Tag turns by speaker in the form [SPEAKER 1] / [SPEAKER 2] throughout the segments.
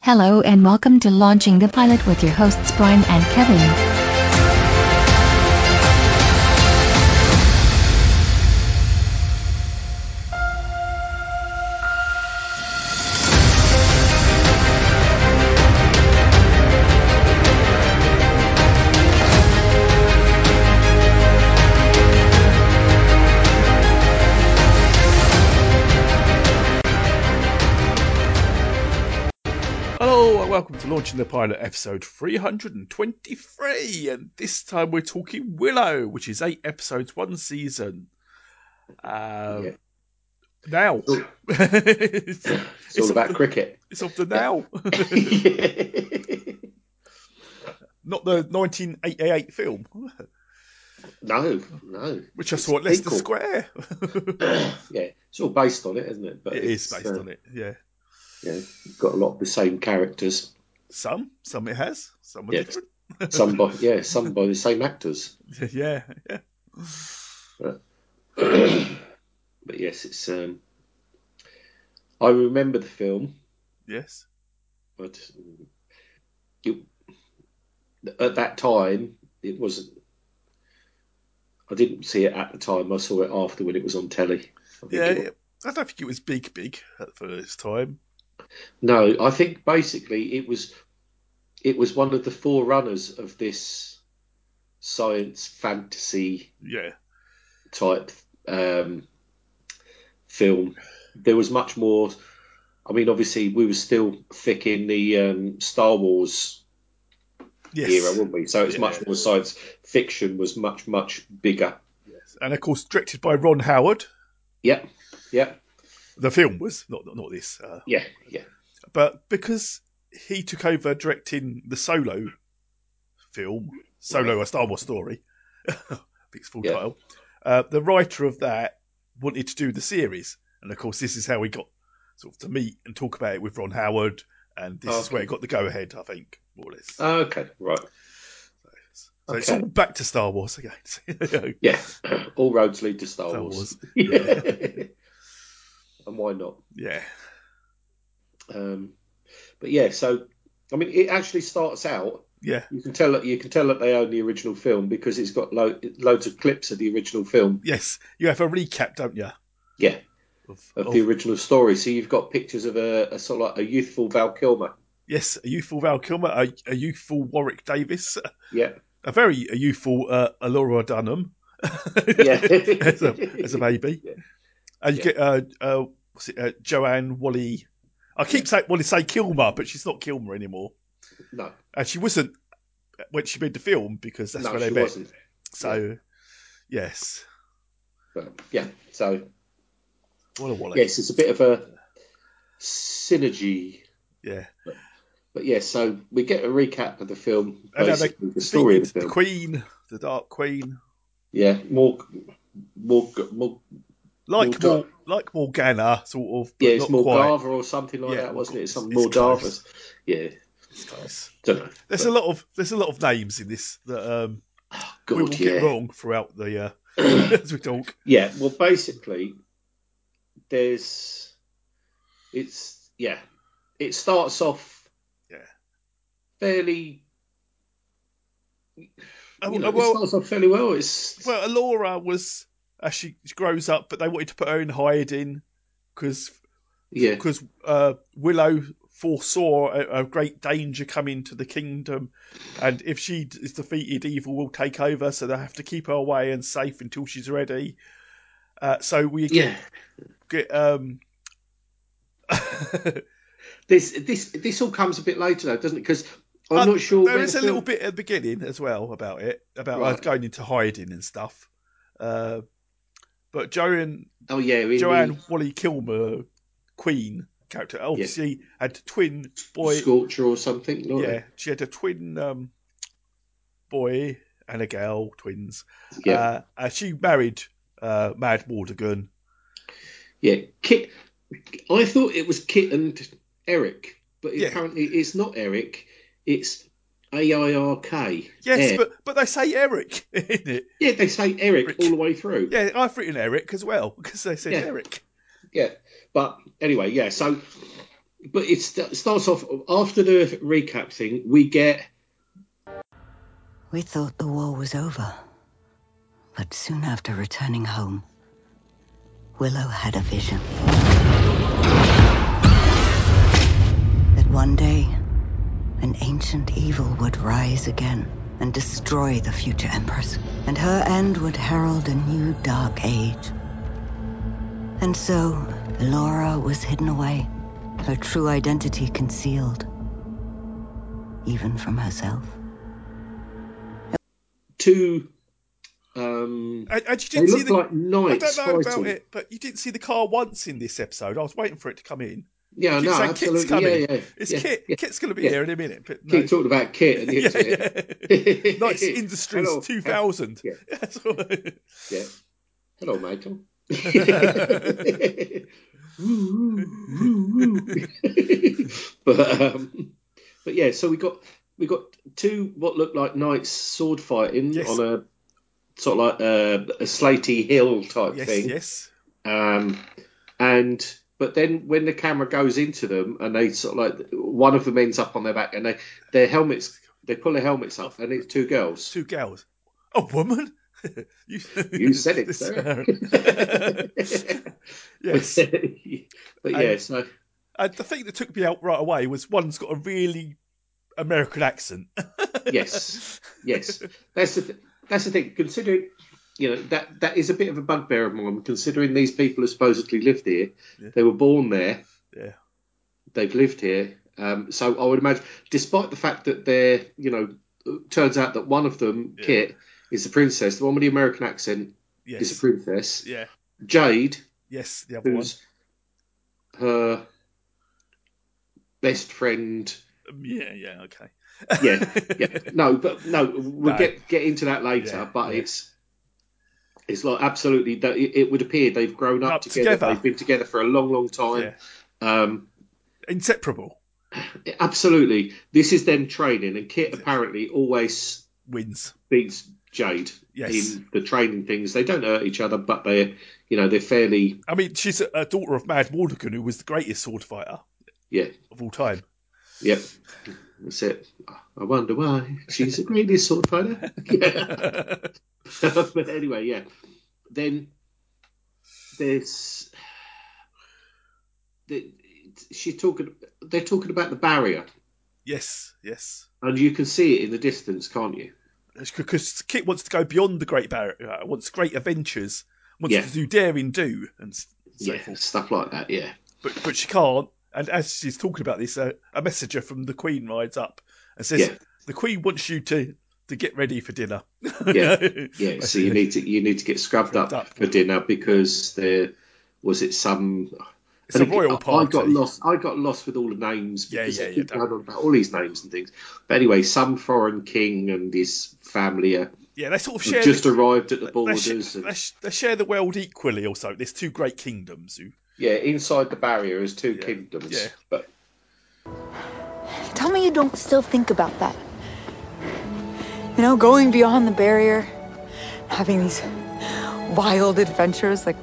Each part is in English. [SPEAKER 1] Hello and welcome to Launching the Pilot with your hosts Brian and Kevin.
[SPEAKER 2] Hello and welcome to Launching the Pilot episode 323. And this time we're talking Willow, which is eight episodes, one season. Um,
[SPEAKER 3] Yeah.
[SPEAKER 2] Now.
[SPEAKER 3] It's all-
[SPEAKER 2] it's,
[SPEAKER 3] It's all
[SPEAKER 2] of
[SPEAKER 3] about
[SPEAKER 2] the,
[SPEAKER 3] cricket.
[SPEAKER 2] It's of the now. Not the 1988 film,
[SPEAKER 3] no, no.
[SPEAKER 2] which I
[SPEAKER 3] It's
[SPEAKER 2] saw at Leicester
[SPEAKER 3] equal.
[SPEAKER 2] Square.
[SPEAKER 3] yeah, it's all based on it, isn't it? But
[SPEAKER 2] it is based
[SPEAKER 3] uh,
[SPEAKER 2] on it, yeah.
[SPEAKER 3] Yeah, you've got a lot of the same characters.
[SPEAKER 2] Some, some it has, some are
[SPEAKER 3] Yeah.
[SPEAKER 2] different.
[SPEAKER 3] Some by yeah, some by the same actors.
[SPEAKER 2] yeah, yeah.
[SPEAKER 3] but yes, it's. Um, I remember the film,
[SPEAKER 2] Yes.
[SPEAKER 3] but it, at that time it wasn't. I didn't see it at the time. I saw it after when it was on telly. I think
[SPEAKER 2] Yeah,
[SPEAKER 3] it-
[SPEAKER 2] yeah. I don't think it was big, big at first time.
[SPEAKER 3] No, I think basically it was it was one of the forerunners of this science fantasy
[SPEAKER 2] Yeah,
[SPEAKER 3] type um, film. There was much more. I mean, obviously, we were still thick in the um, Star Wars
[SPEAKER 2] yes.
[SPEAKER 3] era, weren't we? So it's
[SPEAKER 2] Yeah.
[SPEAKER 3] much more science fiction was much much bigger.
[SPEAKER 2] and of course directed by Ron Howard.
[SPEAKER 3] Yep, yep,
[SPEAKER 2] The film was not not, not this, uh,
[SPEAKER 3] yeah, yeah,
[SPEAKER 2] but because he took over directing the solo film, Solo: A Star Wars Story, I think it's full
[SPEAKER 3] Yeah.
[SPEAKER 2] title. Uh, the writer of that wanted to do the series, and of course this is how we got sort of to meet and talk about it with Ron Howard, and this is
[SPEAKER 3] Okay.
[SPEAKER 2] where it got the go ahead, I think, more or less.
[SPEAKER 3] Oh, Okay, right,
[SPEAKER 2] so it's
[SPEAKER 3] okay.
[SPEAKER 2] all back to Star Wars again. Star
[SPEAKER 3] yeah. All roads lead to Star, Wars.
[SPEAKER 2] Wars,
[SPEAKER 3] and why not?
[SPEAKER 2] yeah,
[SPEAKER 3] Um, but yeah, so I mean, it actually starts out.
[SPEAKER 2] yeah,
[SPEAKER 3] You can tell that you can tell that they own the original film because it's got lo- loads of clips of the original film.
[SPEAKER 2] yes. You have a recap, don't you?
[SPEAKER 3] Yeah,
[SPEAKER 2] Of,
[SPEAKER 3] of
[SPEAKER 2] of-
[SPEAKER 3] the original story. So you've got pictures of a, a sort of like a youthful Val Kilmer.
[SPEAKER 2] Yes, a youthful Val Kilmer, a, a youthful Warwick Davis,
[SPEAKER 3] Yeah,
[SPEAKER 2] a very a youthful uh, Alora Dunham.
[SPEAKER 3] yeah,
[SPEAKER 2] as, a, as a baby.
[SPEAKER 3] Yeah.
[SPEAKER 2] And you
[SPEAKER 3] Yeah.
[SPEAKER 2] get uh, uh, what's it, uh, Joanne Wally. I keep saying Wally say Kilmer, but she's not Kilmer anymore,
[SPEAKER 3] no,
[SPEAKER 2] and she wasn't uh, when she made the film because that's
[SPEAKER 3] no,
[SPEAKER 2] where they
[SPEAKER 3] she
[SPEAKER 2] met.
[SPEAKER 3] wasn't.
[SPEAKER 2] So, yes,
[SPEAKER 3] But yeah, so
[SPEAKER 2] what a Wally.
[SPEAKER 3] yes, it's a bit of a synergy.
[SPEAKER 2] Yeah.
[SPEAKER 3] But yeah, so we get a recap of the film,
[SPEAKER 2] And then they
[SPEAKER 3] basically the story of the
[SPEAKER 2] Featured
[SPEAKER 3] film.
[SPEAKER 2] Queen, the Dark Queen,
[SPEAKER 3] Yeah, more, more, more.
[SPEAKER 2] like
[SPEAKER 3] Morga-
[SPEAKER 2] Mor- like Morgana, sort of. But
[SPEAKER 3] Yeah, it's
[SPEAKER 2] not
[SPEAKER 3] more
[SPEAKER 2] quite.
[SPEAKER 3] Garver or something like
[SPEAKER 2] Yeah,
[SPEAKER 3] that, wasn't it? It's Some
[SPEAKER 2] it's
[SPEAKER 3] more
[SPEAKER 2] close.
[SPEAKER 3] Garvers. Yeah,
[SPEAKER 2] It's close.
[SPEAKER 3] don't know.
[SPEAKER 2] There's a lot of there's a lot of names in this that um,
[SPEAKER 3] God,
[SPEAKER 2] we will
[SPEAKER 3] yeah.
[SPEAKER 2] get wrong throughout the uh, as we talk.
[SPEAKER 3] Yeah, well, basically, there's. It's yeah, it starts off.
[SPEAKER 2] Yeah.
[SPEAKER 3] Fairly.
[SPEAKER 2] Uh,
[SPEAKER 3] you know,
[SPEAKER 2] uh,
[SPEAKER 3] it
[SPEAKER 2] well,
[SPEAKER 3] starts off fairly well. It's
[SPEAKER 2] well, Laura was as she, she grows up, but they wanted to put her in hiding because
[SPEAKER 3] yeah,
[SPEAKER 2] uh, Willow foresaw a, a great danger coming to the kingdom, and if she d- is defeated, evil will take over. So they have to keep her away and safe until she's ready. Uh, so we get,
[SPEAKER 3] yeah.
[SPEAKER 2] get um,
[SPEAKER 3] This this this all comes a bit later though, doesn't it? Because I'm
[SPEAKER 2] Uh,
[SPEAKER 3] not sure.
[SPEAKER 2] There
[SPEAKER 3] where
[SPEAKER 2] is
[SPEAKER 3] the
[SPEAKER 2] a little
[SPEAKER 3] film-
[SPEAKER 2] bit at the beginning as well about it, about her
[SPEAKER 3] Right.
[SPEAKER 2] going into hiding and stuff. Uh, but Joanne,
[SPEAKER 3] Oh yeah, in the-
[SPEAKER 2] Joanne Wally Kilmer, Queen character, obviously had a twin boy.
[SPEAKER 3] Scorcher or something. Like
[SPEAKER 2] Yeah, she had a twin um, boy and a girl, twins.
[SPEAKER 3] that. yeah,
[SPEAKER 2] Uh, and she married uh, Mad Wardigan.
[SPEAKER 3] yeah. Kit. I thought it was Kit and Eric, but
[SPEAKER 2] Yeah.
[SPEAKER 3] apparently it's not Eric. It's A I R K.
[SPEAKER 2] Yes,
[SPEAKER 3] Yeah.
[SPEAKER 2] but, but they say Eric in it.
[SPEAKER 3] Yeah, they say Eric
[SPEAKER 2] Rick.
[SPEAKER 3] all the way through.
[SPEAKER 2] Yeah, I've written Eric as well because they said
[SPEAKER 3] Yeah.
[SPEAKER 2] Eric.
[SPEAKER 3] Yeah. But anyway, yeah. So but it st- starts off after the recap thing. We get
[SPEAKER 4] We thought the war was over. But soon after returning home, Willow had a vision. That one day, an ancient evil would rise again and destroy the future Empress, and her end would herald a new dark age. And so, Laura was hidden away, her true identity concealed, even from herself.
[SPEAKER 3] two. Um,
[SPEAKER 2] And, Uh, and you
[SPEAKER 3] they
[SPEAKER 2] didn't see
[SPEAKER 3] look
[SPEAKER 2] the.
[SPEAKER 3] like
[SPEAKER 2] I
[SPEAKER 3] knights
[SPEAKER 2] don't know about
[SPEAKER 3] fighting.
[SPEAKER 2] it, but you didn't see the car once in this episode. I was waiting for it to come in.
[SPEAKER 3] Yeah,
[SPEAKER 2] Keep
[SPEAKER 3] Oh, no,
[SPEAKER 2] saying
[SPEAKER 3] absolutely.
[SPEAKER 2] Kit's coming.
[SPEAKER 3] Yeah, yeah.
[SPEAKER 2] It's
[SPEAKER 3] yeah,
[SPEAKER 2] Kit.
[SPEAKER 3] yeah.
[SPEAKER 2] Kit's going to be
[SPEAKER 3] yeah.
[SPEAKER 2] here in a minute. But no.
[SPEAKER 3] Keep talking about Kit. And
[SPEAKER 2] yeah,
[SPEAKER 3] it's, uh,
[SPEAKER 2] yeah. Nice Industries
[SPEAKER 3] Hello.
[SPEAKER 2] 2000.
[SPEAKER 3] Yeah.
[SPEAKER 2] That's all.
[SPEAKER 3] yeah. Hello, Michael. but um, but yeah, so we got we got two what looked like knights sword fighting
[SPEAKER 2] Yes.
[SPEAKER 3] on a sort of like uh, a, a slatey hill type
[SPEAKER 2] yes,
[SPEAKER 3] thing.
[SPEAKER 2] yes.
[SPEAKER 3] Um, and but then when the camera goes into them and they sort of like one of them ends up on their back and they their helmets they pull their helmets up and it's two girls.
[SPEAKER 2] Two girls. A woman? you,
[SPEAKER 3] You said it,
[SPEAKER 2] This-
[SPEAKER 3] sir.
[SPEAKER 2] yes.
[SPEAKER 3] but yeah, so
[SPEAKER 2] And the thing that took me out right away was one's got a really American accent.
[SPEAKER 3] yes, yes, that's the th- that's the thing. Considering you know that that is a bit of a bugbear of mine. Considering these people have supposedly lived here, they were born there,
[SPEAKER 2] Yeah.
[SPEAKER 3] they've lived here. Um, so I would imagine, despite the fact that they're you know, it turns out that one of them,
[SPEAKER 2] Yeah.
[SPEAKER 3] Kit, is the princess. The one with the American accent is a
[SPEAKER 2] Yes.
[SPEAKER 3] princess.
[SPEAKER 2] Yeah.
[SPEAKER 3] Jade,
[SPEAKER 2] Yes, the other one.
[SPEAKER 3] who's her best friend
[SPEAKER 2] Um, Yeah, yeah, okay.
[SPEAKER 3] yeah, yeah. No, but no, we'll
[SPEAKER 2] No.
[SPEAKER 3] get get into that later.
[SPEAKER 2] Yeah,
[SPEAKER 3] but
[SPEAKER 2] yeah.
[SPEAKER 3] it's it's like absolutely that it, it would appear they've grown up,
[SPEAKER 2] Up
[SPEAKER 3] together.
[SPEAKER 2] together.
[SPEAKER 3] They've been together for a long, long time. Um,
[SPEAKER 2] Inseparable
[SPEAKER 3] absolutely, this is them training, and Kit apparently always
[SPEAKER 2] wins.
[SPEAKER 3] beats Jade
[SPEAKER 2] Yes.
[SPEAKER 3] in the training things. They don't hurt each other, but they're you know they're fairly
[SPEAKER 2] I mean, she's a, a daughter of Mad Mordekin, who was the greatest sword fighter
[SPEAKER 3] yeah
[SPEAKER 2] of all time.
[SPEAKER 3] yeah. That's it. I wonder why she's the greatest sword fighter. Yeah. but anyway, yeah. Then there's the, she's talking. They're talking about the barrier,
[SPEAKER 2] yes, yes.
[SPEAKER 3] and you can see it in the distance, can't you?
[SPEAKER 2] Because Kit wants to go beyond the Great Barrier, uh, wants great adventures, wants
[SPEAKER 3] Yeah.
[SPEAKER 2] to do daring do and s- so
[SPEAKER 3] yeah,
[SPEAKER 2] forth.
[SPEAKER 3] stuff like that. Yeah,
[SPEAKER 2] but but she can't. And as she's talking about this, a, a messenger from the Queen rides up and says,
[SPEAKER 3] Yeah.
[SPEAKER 2] "The Queen wants you to to get ready for dinner."
[SPEAKER 3] Yeah, yeah. So you need to you need to get scrubbed,
[SPEAKER 2] Scrubbed
[SPEAKER 3] up,
[SPEAKER 2] up.
[SPEAKER 3] for dinner because there was it some.
[SPEAKER 2] It's a royal
[SPEAKER 3] I
[SPEAKER 2] party.
[SPEAKER 3] got lost. I got lost with all the names
[SPEAKER 2] Yeah,
[SPEAKER 3] because
[SPEAKER 2] yeah,
[SPEAKER 3] they
[SPEAKER 2] yeah,
[SPEAKER 3] keep
[SPEAKER 2] don't-
[SPEAKER 3] going on about all these names and things. But anyway, some foreign king and his family are
[SPEAKER 2] Yeah, they sort of share
[SPEAKER 3] have just
[SPEAKER 2] the,
[SPEAKER 3] arrived at the
[SPEAKER 2] they,
[SPEAKER 3] borders.
[SPEAKER 2] sh-
[SPEAKER 3] and-
[SPEAKER 2] they, sh- they share the world equally. Also, there's two great kingdoms. Who,
[SPEAKER 3] Yeah, inside the barrier is two kingdoms.
[SPEAKER 2] Yeah.
[SPEAKER 3] But
[SPEAKER 5] Tell me you don't still think about that. You know, going beyond the barrier, having these wild adventures like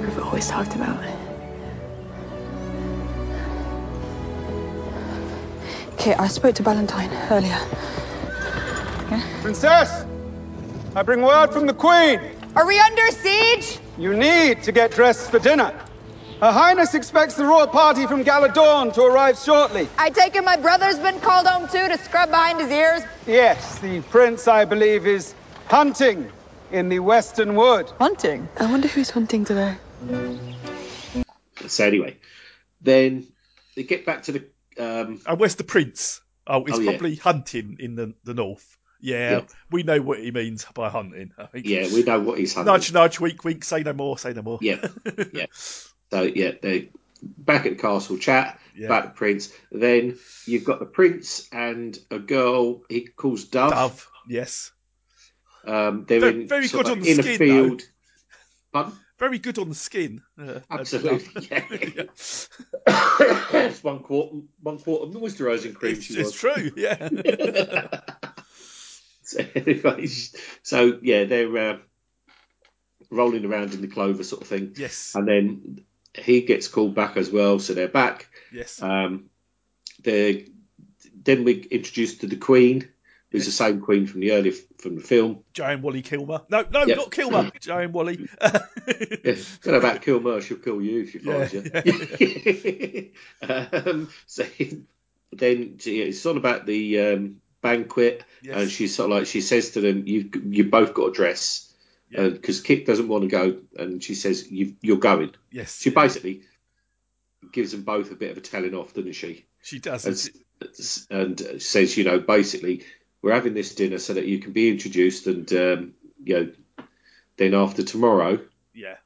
[SPEAKER 5] we've always talked about. Okay, I spoke to Valentine earlier.
[SPEAKER 6] Princess, I bring word from the Queen.
[SPEAKER 5] Are we under siege?
[SPEAKER 6] You need to get dressed for dinner. Her Highness expects the royal party from Galadorn to arrive shortly.
[SPEAKER 5] I take it my brother's been called home too to scrub behind his ears.
[SPEAKER 6] Yes, the prince, I believe, is hunting in the western wood.
[SPEAKER 7] Hunting? I wonder who's hunting today.
[SPEAKER 3] so anyway, then they get back to the. Um,
[SPEAKER 2] and where's the prince? Oh, it's
[SPEAKER 3] Oh, yeah.
[SPEAKER 2] probably hunting in the the north. Yeah,
[SPEAKER 3] Yeah.
[SPEAKER 2] we know what he means by hunting. I think.
[SPEAKER 3] yeah, we know what he's hunting.
[SPEAKER 2] Nudge, nudge, wink, wink. Say no more. Say no more.
[SPEAKER 3] Yeah, yeah. So yeah, they back at the castle chat
[SPEAKER 2] Yeah.
[SPEAKER 3] about the prince. Then you've got the prince and a girl. He calls Dove.
[SPEAKER 2] Dove. Yes.
[SPEAKER 3] Um, they're
[SPEAKER 2] Very-
[SPEAKER 3] in,
[SPEAKER 2] very
[SPEAKER 3] sort
[SPEAKER 2] good on
[SPEAKER 3] of like
[SPEAKER 2] the
[SPEAKER 3] in a
[SPEAKER 2] skin, though.
[SPEAKER 3] field. Pardon?
[SPEAKER 2] Very good on the skin. Uh,
[SPEAKER 3] Absolutely. Yeah.
[SPEAKER 2] Dove.
[SPEAKER 3] It's one quarter, one quarter moisturising cream.
[SPEAKER 2] It's,
[SPEAKER 3] she
[SPEAKER 2] it's
[SPEAKER 3] was.
[SPEAKER 2] true, yeah.
[SPEAKER 3] So, anyway, so yeah, they're uh, rolling around in the clover sort of thing,
[SPEAKER 2] yes.
[SPEAKER 3] and then he gets called back as well, so they're back.
[SPEAKER 2] Yes.
[SPEAKER 3] Um, they then we introduced to the Queen, who's the same Queen from the early from the film.
[SPEAKER 2] Joanne Wally Kilmer. No, no,
[SPEAKER 3] Yeah.
[SPEAKER 2] not Kilmer. Joanne Wally.
[SPEAKER 3] Yeah, don't know about Kilmer, she'll kill you if she finds
[SPEAKER 2] Yeah,
[SPEAKER 3] you. um, so then she- it's on about the um, banquet,
[SPEAKER 2] Yes.
[SPEAKER 3] and she's sort of like Uh, she says to them, "You you both got a dress."
[SPEAKER 2] Yeah.
[SPEAKER 3] Because Kit doesn't want to go, and she says, you, "You're going."
[SPEAKER 2] yes.
[SPEAKER 3] She basically gives them both a bit of a telling off, doesn't she?
[SPEAKER 2] She does.
[SPEAKER 3] and, s- and says, you know, basically, we're having this dinner so that you can be introduced, and um, you know, then after tomorrow,
[SPEAKER 2] yeah.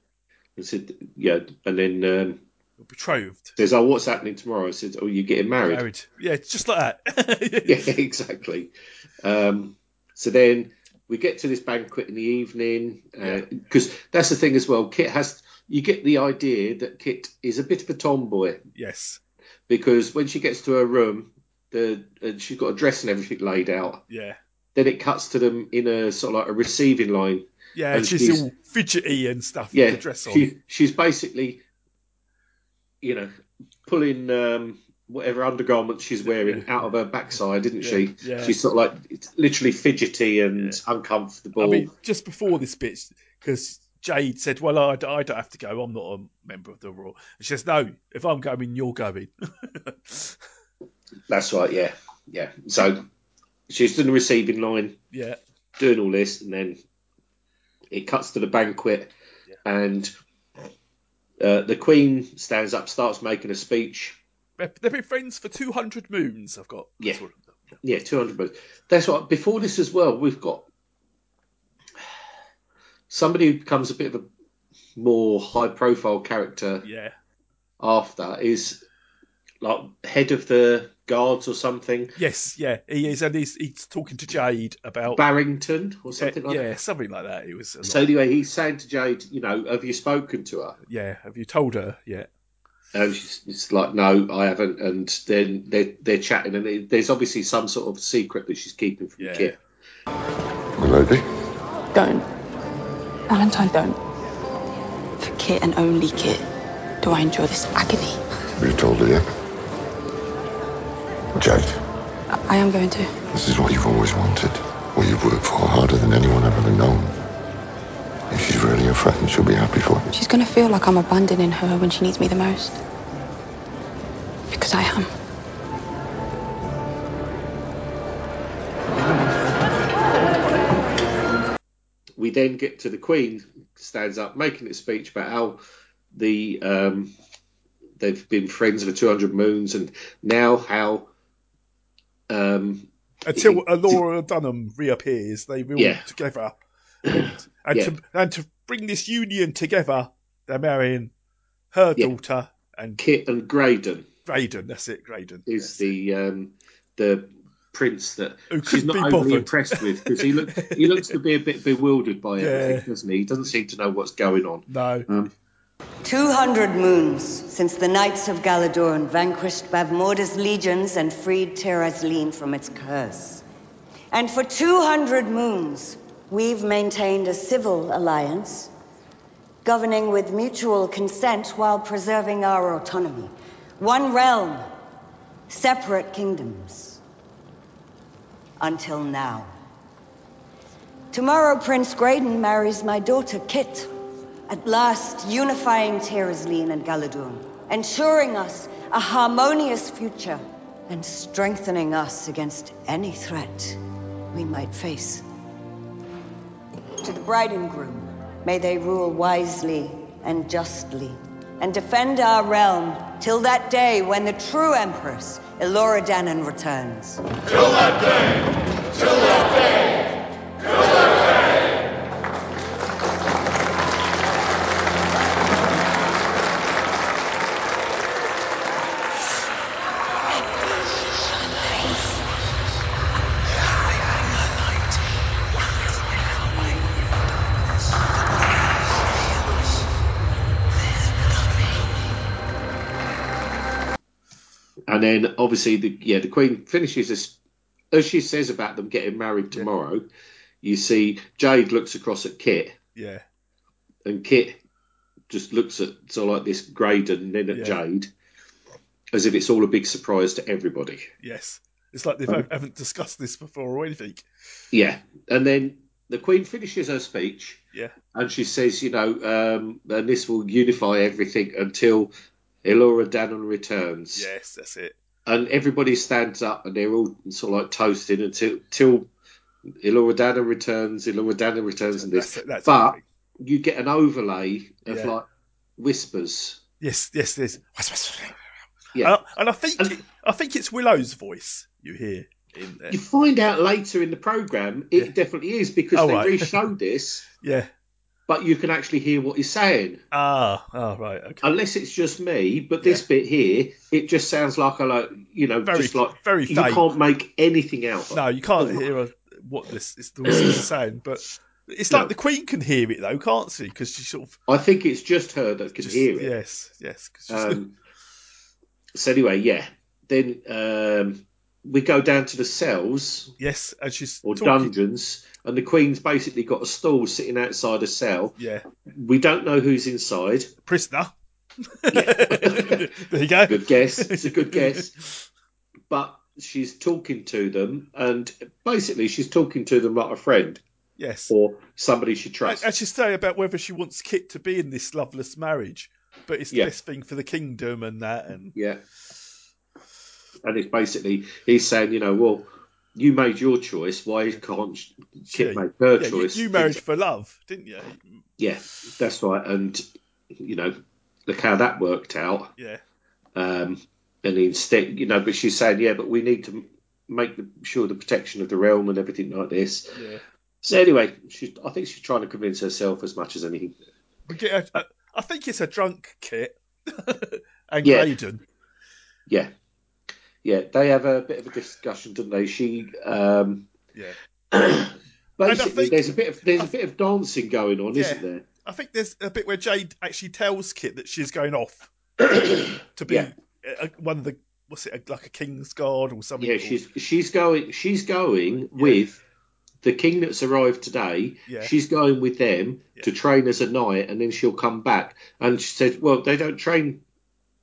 [SPEAKER 3] and said, yeah, and then um,
[SPEAKER 2] Betrothed.
[SPEAKER 3] says, oh, what's happening tomorrow? I said, oh, you're getting married.
[SPEAKER 2] Married. Yeah, it's just like that.
[SPEAKER 3] yeah, exactly. Um, so then we get to this banquet in the evening because that's the thing as well. Kit has you get the idea that Kit is a bit of a tomboy
[SPEAKER 2] Yes.
[SPEAKER 3] because when she gets to her room, the and she's got a dress and everything laid out.
[SPEAKER 2] Yeah.
[SPEAKER 3] then it cuts to them in a sort of like a receiving line.
[SPEAKER 2] Yeah,
[SPEAKER 3] And
[SPEAKER 2] she's,
[SPEAKER 3] she's-
[SPEAKER 2] all fidgety and stuff
[SPEAKER 3] Yeah,
[SPEAKER 2] with the dress on.
[SPEAKER 3] she, she's basically, you know, pulling um, whatever undergarments she's wearing out of her backside, isn't
[SPEAKER 2] Yeah,
[SPEAKER 3] she?
[SPEAKER 2] yeah.
[SPEAKER 3] She's sort of like it's literally fidgety and uncomfortable.
[SPEAKER 2] I mean, just before this bit, because Jade said, "Well, I, I don't have to go. I'm not a member of the Royal." And she says, "No, if I'm going, you're going."
[SPEAKER 3] That's right, yeah, yeah. So she's doing the receiving line,
[SPEAKER 2] yeah,
[SPEAKER 3] doing all this, and then it cuts to the banquet, and uh, the Queen stands up, starts making a speech.
[SPEAKER 2] they've they've been friends for 200 moons. I've got.
[SPEAKER 3] Yeah.
[SPEAKER 2] That's what-
[SPEAKER 3] Yeah, two hundred bucks. That's what. Before this as well, we've got somebody who becomes a bit of a more high-profile character
[SPEAKER 2] yeah,
[SPEAKER 3] after is like head of the guards or something,
[SPEAKER 2] yes, yeah. He is, and he's, he's talking to Jade about
[SPEAKER 3] Barrington or something like
[SPEAKER 2] Eh, yeah,
[SPEAKER 3] that.
[SPEAKER 2] something like that. It was a
[SPEAKER 3] So
[SPEAKER 2] lot.
[SPEAKER 3] anyway, he's saying to Jade, you know, have you spoken to her?
[SPEAKER 2] yeah. Have you told her? Yeah,
[SPEAKER 3] And she's it's like, no, I haven't. And then they're they're chatting, and it, there's obviously some sort of secret that she's keeping from
[SPEAKER 2] Yeah.
[SPEAKER 3] Kit.
[SPEAKER 8] Milady?
[SPEAKER 7] Don't. Valentine, don't. For Kit and only Kit, do I enjoy this agony?
[SPEAKER 8] Have you told her yet? Jade,
[SPEAKER 7] I, I am going to.
[SPEAKER 8] this is what you've always wanted. What you've worked for harder than anyone I've ever known. If she's really your friend, she'll be happy for you.
[SPEAKER 7] She's going to feel like I'm abandoning her when she needs me the most. Because I am.
[SPEAKER 3] we then get to the Queen stands up making a speech about how the um, they've been friends for 200 moons and now how um,
[SPEAKER 2] until uh, Laura Dunham reappears, they were all
[SPEAKER 3] Yeah.
[SPEAKER 2] together, and, and
[SPEAKER 3] Yeah.
[SPEAKER 2] to and to bring this union together, they're marrying her
[SPEAKER 3] Yeah.
[SPEAKER 2] daughter and
[SPEAKER 3] Kit and Graydon
[SPEAKER 2] Graydon. That's it, Graydon.
[SPEAKER 3] is the um, the prince that
[SPEAKER 2] Who
[SPEAKER 3] she's
[SPEAKER 2] couldn't
[SPEAKER 3] not
[SPEAKER 2] be
[SPEAKER 3] overly
[SPEAKER 2] bothered.
[SPEAKER 3] impressed with because he looks he looks to be a bit bewildered by
[SPEAKER 2] Yeah.
[SPEAKER 3] everything, doesn't he? He doesn't seem to know what's going on.
[SPEAKER 2] No,
[SPEAKER 3] Um,
[SPEAKER 4] 200 moons since the Knights of Galadorn vanquished Bavmorda's legions and freed Terra's lean from its curse. And for 200 moons, we've maintained a civil alliance, governing with mutual consent while preserving our autonomy. One realm, separate kingdoms. Until now. Tomorrow, Prince Graydon marries my daughter, Kit. At last, unifying Teresleen and Galadun, ensuring us a harmonious future, and strengthening us against any threat we might face. To the bride and groom, may they rule wisely and justly, and defend our realm till that day when the true Empress, Elora Dannon, returns.
[SPEAKER 3] and then obviously the yeah the Queen finishes this as she says about them getting married tomorrow. You see Jade looks across at Kit.
[SPEAKER 2] yeah,
[SPEAKER 3] and Kit just looks at sort of like this Graydon, then at
[SPEAKER 2] Yeah.
[SPEAKER 3] Jade, as if it's all a big surprise to everybody.
[SPEAKER 2] Yes. It's like they haven't- haven't discussed this before or anything.
[SPEAKER 3] Yeah, and then the Queen finishes her speech.
[SPEAKER 2] Yeah.
[SPEAKER 3] and she says, you know, um, and this will unify everything until Elora Dannon returns.
[SPEAKER 2] Yes, that's it.
[SPEAKER 3] and everybody stands up and they're all sort of like toasting until till Elora Dannon returns. Elora Dannon returns, and this.
[SPEAKER 2] That's, that's
[SPEAKER 3] but you get an overlay of
[SPEAKER 2] Yeah.
[SPEAKER 3] like whispers.
[SPEAKER 2] Yes, yes, yes.
[SPEAKER 3] Yeah.
[SPEAKER 2] And, I- and I think
[SPEAKER 3] And-
[SPEAKER 2] I think it's Willow's voice you hear in there.
[SPEAKER 3] You find out later in the program it
[SPEAKER 2] Yeah.
[SPEAKER 3] definitely is because
[SPEAKER 2] Oh,
[SPEAKER 3] they
[SPEAKER 2] right.
[SPEAKER 3] re-show this,
[SPEAKER 2] Yeah.
[SPEAKER 3] but you can actually hear what he's saying.
[SPEAKER 2] Ah. Oh, right. Okay.
[SPEAKER 3] Unless it's just me, but this bit here, it just sounds like a like you know,
[SPEAKER 2] Very-
[SPEAKER 3] just like
[SPEAKER 2] very
[SPEAKER 3] you
[SPEAKER 2] fake.
[SPEAKER 3] can't make anything out. of
[SPEAKER 2] No, you can't hear a, what this is the whistle's saying, but it's like
[SPEAKER 3] No.
[SPEAKER 2] the Queen can hear it though, can't she? Because she sort of
[SPEAKER 3] I think it's just her that can
[SPEAKER 2] just,
[SPEAKER 3] hear it.
[SPEAKER 2] yes, yes. 'cause she's-
[SPEAKER 3] Um, so anyway, yeah. Then um, we go down to the cells
[SPEAKER 2] yes, and she's
[SPEAKER 3] or
[SPEAKER 2] talking-
[SPEAKER 3] dungeons, and the queen's basically got a stall sitting outside a cell.
[SPEAKER 2] Yeah,
[SPEAKER 3] We don't know who's inside.
[SPEAKER 2] prisoner. there you go.
[SPEAKER 3] Good guess. It's a good guess. But she's talking to them, and basically she's talking to them like a friend
[SPEAKER 2] Yes.
[SPEAKER 3] or somebody she
[SPEAKER 2] And
[SPEAKER 3] trusts.
[SPEAKER 2] and she's saying about whether she wants Kit to be in this loveless marriage, but it's the
[SPEAKER 3] Yeah.
[SPEAKER 2] best thing for the kingdom and that. And
[SPEAKER 3] Yeah. And it's basically he's saying, you know, well, you made your choice. Why can't sh- Kit
[SPEAKER 2] Yeah,
[SPEAKER 3] make her
[SPEAKER 2] yeah, you-
[SPEAKER 3] choice?
[SPEAKER 2] You, married for love, didn't you?
[SPEAKER 3] Yeah, that's right. And you know, look how that worked out.
[SPEAKER 2] Yeah.
[SPEAKER 3] Um, and instead, you know, but she's saying, yeah, but we need to m- make the, sure the protection of the realm and everything like this.
[SPEAKER 2] Yeah.
[SPEAKER 3] So anyway, she, I think she's trying to convince herself as much as anything.
[SPEAKER 2] We get a, a, I think it's a drunk Kit and
[SPEAKER 3] Yeah.
[SPEAKER 2] Graydon.
[SPEAKER 3] Yeah. Yeah, they have a bit of a discussion, don't they? She um,
[SPEAKER 2] Yeah.
[SPEAKER 3] Basically,
[SPEAKER 2] think-
[SPEAKER 3] there's a bit of there's a bit of dancing going on, isn't
[SPEAKER 2] Yeah.
[SPEAKER 3] there?
[SPEAKER 2] I think there's a bit where Jade actually tells Kit that she's going off to be
[SPEAKER 3] Yeah.
[SPEAKER 2] a, a- one of the what's it a, like a king's guard or something.
[SPEAKER 3] Yeah,
[SPEAKER 2] or-
[SPEAKER 3] she's she's going she's going with the king that's arrived today.
[SPEAKER 2] Yeah.
[SPEAKER 3] She's going with them to train as a knight, and then she'll come back. And she said, "Well, they don't train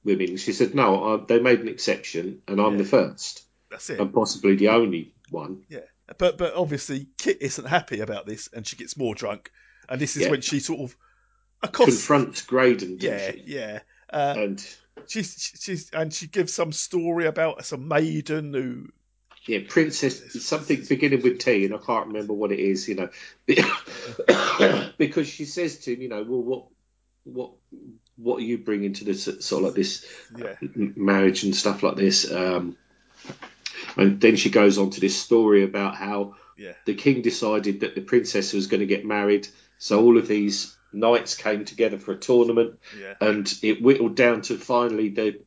[SPEAKER 3] women." She said, "No, I, they made an exception, and I'm the first,
[SPEAKER 2] that's it.
[SPEAKER 3] and possibly the only one."
[SPEAKER 2] Yeah, but but obviously Kit isn't happy about this, and she gets more drunk, and this is
[SPEAKER 3] Yeah.
[SPEAKER 2] when she sort of accosts.
[SPEAKER 3] Confronts Graydon, doesn't
[SPEAKER 2] yeah,
[SPEAKER 3] she?
[SPEAKER 2] yeah. Uh,
[SPEAKER 3] and
[SPEAKER 2] she's she's and she gives some story about some maiden who
[SPEAKER 3] yeah, Princess something beginning with T, and I can't remember what it is, you know, because she says to him, you know, well, what, what, what are you bringing to this sort of like this
[SPEAKER 2] yeah
[SPEAKER 3] m- marriage and stuff like this? Um, and then she goes on to this story about how
[SPEAKER 2] Yeah.
[SPEAKER 3] the king decided that the princess was going to get married, so all of these knights came together for a tournament,
[SPEAKER 2] yeah
[SPEAKER 3] and it whittled down to finally the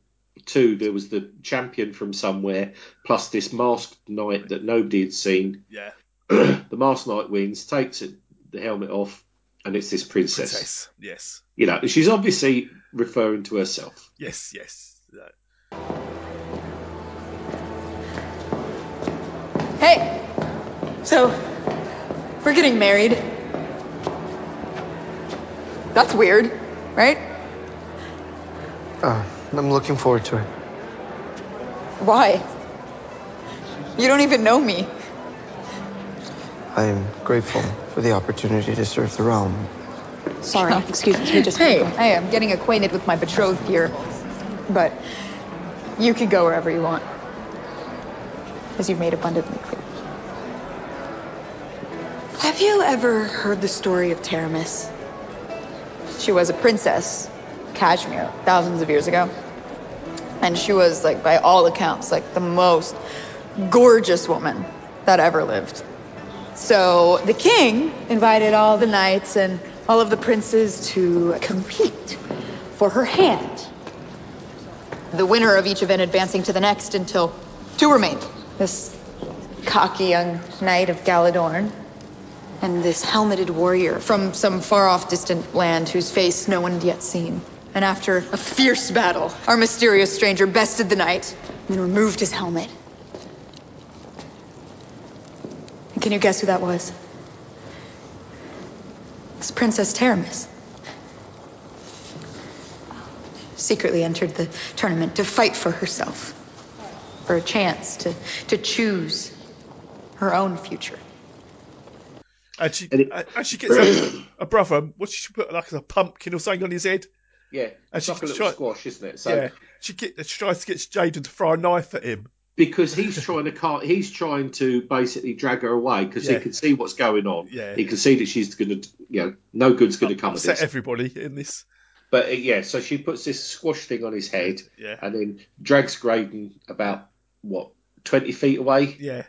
[SPEAKER 3] two. There was the champion from somewhere, plus this masked knight that nobody had seen.
[SPEAKER 2] yeah
[SPEAKER 3] the masked knight wins, takes it, the helmet off, and it's this princess.
[SPEAKER 2] princess yes
[SPEAKER 3] You know, she's obviously referring to herself.
[SPEAKER 2] yes yes Uh,
[SPEAKER 5] Hey! So, we're getting married. That's weird, right?
[SPEAKER 9] Uh, I'm looking forward to it.
[SPEAKER 5] Why? You don't even know me.
[SPEAKER 9] I am grateful for the opportunity to serve the realm.
[SPEAKER 7] Sorry, excuse me. We just
[SPEAKER 5] Hey, I am getting acquainted with my betrothed here. But you can go wherever you want. As you've made abundantly clear.
[SPEAKER 7] Have you ever heard the story of Taramis?
[SPEAKER 5] She was a princess, Kashmir, thousands of years ago. And she was, like, by all accounts, like the most gorgeous woman that ever lived. So the king invited all the knights and all of the princes to compete for her hand. The winner of each event advancing to the next until two remained. This cocky young knight of Galadorn and this helmeted warrior from some far off distant land whose face no one had yet seen. And after a fierce battle, our mysterious stranger bested the knight and then removed his helmet. And can you guess who that was? It's Princess Taramis. secretly entered the tournament to fight for herself, for a chance to, to choose her own future.
[SPEAKER 2] And she, uh,
[SPEAKER 3] And it-
[SPEAKER 2] and and she gets a, a brother. What she put like a pumpkin or something on his head?
[SPEAKER 3] Yeah,
[SPEAKER 2] And
[SPEAKER 3] it's
[SPEAKER 2] she
[SPEAKER 3] like a little
[SPEAKER 2] tried-
[SPEAKER 3] squash, isn't it? So
[SPEAKER 2] yeah. She, get, she tries to get Jaden to throw a knife at him.
[SPEAKER 3] because he's trying to car- he's trying to basically drag her away because
[SPEAKER 2] Yeah.
[SPEAKER 3] he can see what's going on.
[SPEAKER 2] Yeah.
[SPEAKER 3] He can see that she's going to, you know, no good's going to come of
[SPEAKER 2] Upset
[SPEAKER 3] this.
[SPEAKER 2] everybody in this.
[SPEAKER 3] But uh, yeah, so she puts this squash thing on his head
[SPEAKER 2] Yeah.
[SPEAKER 3] and then drags Graydon about what twenty feet away
[SPEAKER 2] Yeah,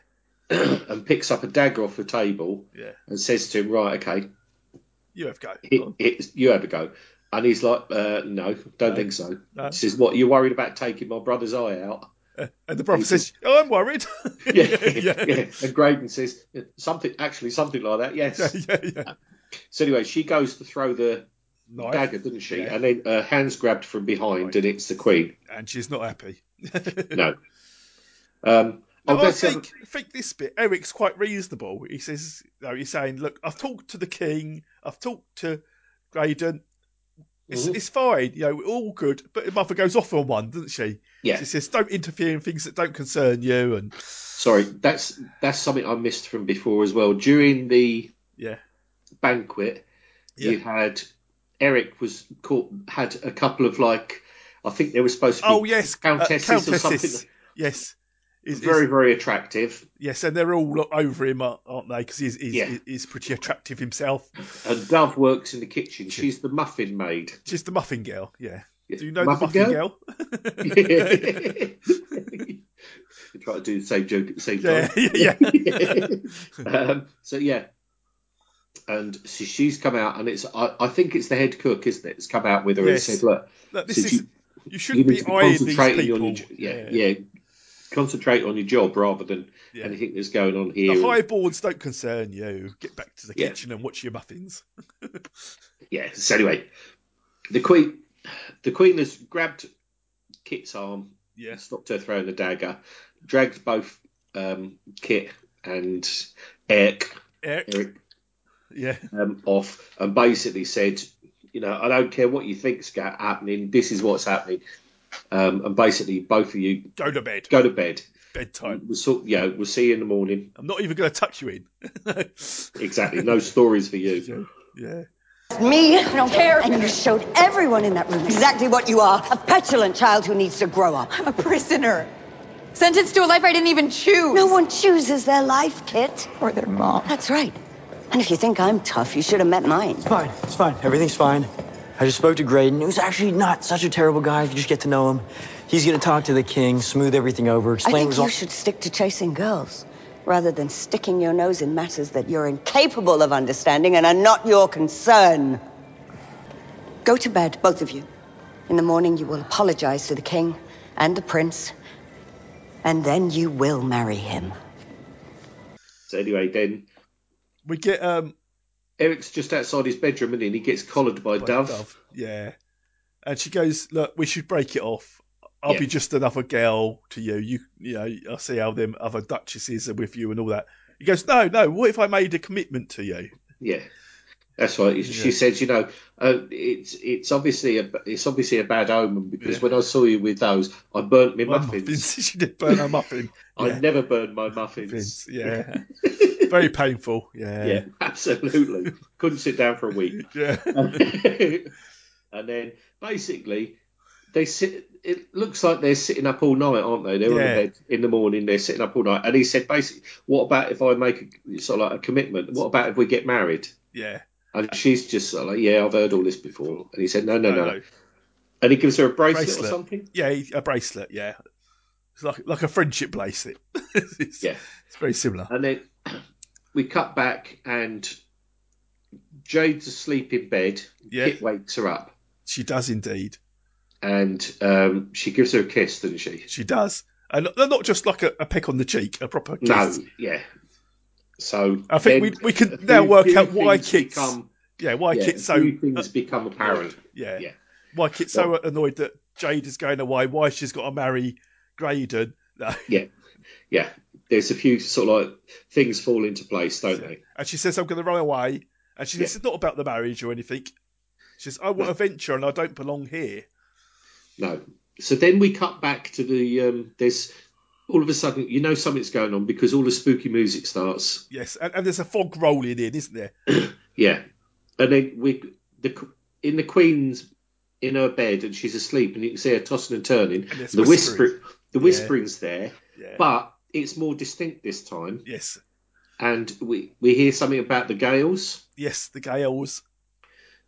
[SPEAKER 3] and picks up a dagger off the table
[SPEAKER 2] yeah.
[SPEAKER 3] and says to him, "Right, okay,
[SPEAKER 2] You have go.
[SPEAKER 3] it, it's- you have a go." And he's like, uh, "No, don't
[SPEAKER 2] No.
[SPEAKER 3] think so."
[SPEAKER 2] No.
[SPEAKER 3] She says, "What? You're worried about taking my brother's eye out?"
[SPEAKER 2] And the brother says, oh, "I'm worried."
[SPEAKER 3] yeah,
[SPEAKER 2] yeah, yeah,
[SPEAKER 3] yeah. And Graydon says something, actually something like that. Yes.
[SPEAKER 2] yeah, yeah.
[SPEAKER 3] So anyway, she goes to throw the
[SPEAKER 2] Knife,
[SPEAKER 3] dagger, doesn't she?
[SPEAKER 2] yeah.
[SPEAKER 3] And then her hands grabbed from behind,
[SPEAKER 2] Right.
[SPEAKER 3] and it's the Queen.
[SPEAKER 2] and she's not happy.
[SPEAKER 3] No. Um,
[SPEAKER 2] No,
[SPEAKER 3] I'll go
[SPEAKER 2] I
[SPEAKER 3] to the other-
[SPEAKER 2] think, think this bit. Eric's quite reasonable. He says, no, he's saying, look, I've talked to the king, I've talked to Graydon. It's,
[SPEAKER 3] Mhm.
[SPEAKER 2] it's fine, you know, we're all good. But the mother goes off on one, doesn't she?
[SPEAKER 3] yeah.
[SPEAKER 2] She says, don't interfere in things that don't concern you. And
[SPEAKER 3] Sorry, that's that's something I missed from before as well. During the
[SPEAKER 2] yeah,
[SPEAKER 3] banquet,
[SPEAKER 2] yeah.
[SPEAKER 3] you had Eric was caught had a couple of like I think they were supposed to be
[SPEAKER 2] Oh yes, uh,
[SPEAKER 3] countesses, or
[SPEAKER 2] countesses.
[SPEAKER 3] something.
[SPEAKER 2] Yes, Is- is-
[SPEAKER 3] Very very attractive.
[SPEAKER 2] yes, and they're all over him, aren't aren't they? Because he's he's,
[SPEAKER 3] Yeah.
[SPEAKER 2] he's pretty attractive himself.
[SPEAKER 3] And Dove works in the kitchen. She's the muffin maid.
[SPEAKER 2] She's the muffin girl. Yeah.
[SPEAKER 3] Yeah.
[SPEAKER 2] Do you know
[SPEAKER 3] Muffin
[SPEAKER 2] the muffin
[SPEAKER 3] girl?
[SPEAKER 2] girl?
[SPEAKER 3] Try to do the same joke at the same
[SPEAKER 2] yeah,
[SPEAKER 3] time.
[SPEAKER 2] yeah,
[SPEAKER 3] um, so yeah, and so she's come out, and it's I, I think it's the head cook, isn't it? It's come out with her
[SPEAKER 2] Yes.
[SPEAKER 3] and said, "Look,
[SPEAKER 2] Look, this
[SPEAKER 3] Did
[SPEAKER 2] is
[SPEAKER 3] you-
[SPEAKER 2] you, shouldn't
[SPEAKER 3] you need
[SPEAKER 2] be
[SPEAKER 3] to be
[SPEAKER 2] eyeing these
[SPEAKER 3] concentrating
[SPEAKER 2] people.
[SPEAKER 3] on your jo- yeah, yeah, concentrate on your job rather than
[SPEAKER 2] Yeah.
[SPEAKER 3] anything that's going on here."
[SPEAKER 2] The
[SPEAKER 3] And-
[SPEAKER 2] high boards don't concern you. Get back to the
[SPEAKER 3] Yeah.
[SPEAKER 2] kitchen and watch your muffins.
[SPEAKER 3] yeah. So anyway, the queen, the queen has grabbed Kit's arm,
[SPEAKER 2] Yes.
[SPEAKER 3] stopped her throwing the dagger, dragged both um, Kit and Eric,
[SPEAKER 2] Eric.
[SPEAKER 3] Eric
[SPEAKER 2] Yeah,
[SPEAKER 3] um, off and basically said, you know, I don't care what you think's ga- happening. This is what's happening, um, and basically both of you
[SPEAKER 2] go to bed.
[SPEAKER 3] go to bed.
[SPEAKER 2] Bedtime.
[SPEAKER 3] We'll sort, you know, we'll see you in the morning.
[SPEAKER 2] I'm not even going to tuck you in.
[SPEAKER 3] Exactly. No stories for you.
[SPEAKER 2] yeah. yeah.
[SPEAKER 4] Me,
[SPEAKER 5] I don't care.
[SPEAKER 4] and you showed everyone in that room exactly what you are a petulant child who needs to grow up.
[SPEAKER 5] I'm a prisoner, sentenced to a life I didn't even choose.
[SPEAKER 4] No one chooses their life, Kit.
[SPEAKER 5] or their mom.
[SPEAKER 4] That's right. And if you think I'm tough, you should have met mine.
[SPEAKER 9] Fine, it's fine. Everything's fine. I just spoke to Graydon, who's actually not such a terrible guy if you just get to know him. He's gonna talk to the king, smooth everything over,
[SPEAKER 4] I
[SPEAKER 9] explain
[SPEAKER 4] think
[SPEAKER 9] what's
[SPEAKER 4] you
[SPEAKER 9] all-
[SPEAKER 4] should stick to chasing girls rather than sticking your nose in matters that you're incapable of understanding and are not your concern. Go to bed, both of you. In the morning, you will apologize to the king and the prince, and then you will marry him.
[SPEAKER 3] So anyway, then
[SPEAKER 2] We get um
[SPEAKER 3] Eric's just outside his bedroom, and then he gets collared by,
[SPEAKER 2] by
[SPEAKER 3] Dove.
[SPEAKER 2] Yeah. And she goes, Look, we should break it off. I'll
[SPEAKER 3] Yeah.
[SPEAKER 2] be just another girl to you. You you know, I see how them other duchesses are with you and all that. He goes, No, no, what if I made a commitment to you?
[SPEAKER 3] Yeah. That's right. She
[SPEAKER 2] Yeah.
[SPEAKER 3] says, you know, uh, it's it's obviously a it's obviously a bad omen because
[SPEAKER 2] Yeah.
[SPEAKER 3] when I saw you with those, I burnt my
[SPEAKER 2] My
[SPEAKER 3] muffins.
[SPEAKER 2] muffins. she did burn her muffin.
[SPEAKER 3] I
[SPEAKER 2] Yeah.
[SPEAKER 3] never burned my muffins.
[SPEAKER 2] Yeah. Very painful. Yeah.
[SPEAKER 3] Yeah, absolutely. Couldn't sit down for a week.
[SPEAKER 2] Yeah.
[SPEAKER 3] and then basically, they sit. It looks like they're sitting up all night, aren't they? They're on
[SPEAKER 2] Yeah.
[SPEAKER 3] the bed in the morning. They're sitting up all night. And he said, basically, what about if I make a, sort of like a commitment? What about if we get married?
[SPEAKER 2] Yeah.
[SPEAKER 3] And she's just sort of like, yeah, I've heard all this before. And he said, no, no, no.
[SPEAKER 2] No, no.
[SPEAKER 3] And he gives her a bracelet,
[SPEAKER 2] Bracelet.
[SPEAKER 3] or something.
[SPEAKER 2] Yeah, a bracelet, yeah. It's like like a friendship bracelet. it's,
[SPEAKER 3] Yeah.
[SPEAKER 2] It's very similar.
[SPEAKER 3] And then we cut back, and Jade's asleep in bed.
[SPEAKER 2] Yeah.
[SPEAKER 3] Kit wakes her up.
[SPEAKER 2] She does indeed.
[SPEAKER 3] and um, she gives her a kiss, doesn't she?
[SPEAKER 2] She does. And not- not just like a, a peck on the cheek, a proper kiss.
[SPEAKER 3] No, yeah. So
[SPEAKER 2] I think
[SPEAKER 3] then
[SPEAKER 2] we- we can
[SPEAKER 3] a
[SPEAKER 2] now
[SPEAKER 3] few-
[SPEAKER 2] work
[SPEAKER 3] few
[SPEAKER 2] out why
[SPEAKER 3] things
[SPEAKER 2] Kit's-
[SPEAKER 3] become,
[SPEAKER 2] Yeah, why
[SPEAKER 3] yeah,
[SPEAKER 2] Kit's
[SPEAKER 3] a
[SPEAKER 2] so
[SPEAKER 3] few things become apparent.
[SPEAKER 2] yeah.
[SPEAKER 3] yeah.
[SPEAKER 2] why Kit's so annoyed that Jade is going away, why she's got to marry Graydon. No.
[SPEAKER 3] Yeah, yeah. There's a few sort of like things fall into place, don't they?
[SPEAKER 2] And she says I'm gonna run away and she says
[SPEAKER 3] Yeah.
[SPEAKER 2] it's not about the marriage or anything. She says, I want a venture and I don't belong here.
[SPEAKER 3] No. So then we cut back to the um, there's all of a sudden you know something's going on because all the spooky music starts.
[SPEAKER 2] Yes, and, and there's a fog rolling in, isn't there?
[SPEAKER 3] Yeah, and then we the in the Queen's in her bed and she's asleep and you can see her tossing and turning.
[SPEAKER 2] And there's
[SPEAKER 3] the
[SPEAKER 2] whispering.
[SPEAKER 3] whisper the whispering's there,
[SPEAKER 2] Yeah.
[SPEAKER 3] but it's more distinct this time,
[SPEAKER 2] yes,
[SPEAKER 3] and we we hear something about the gales.
[SPEAKER 2] yes, the Gales.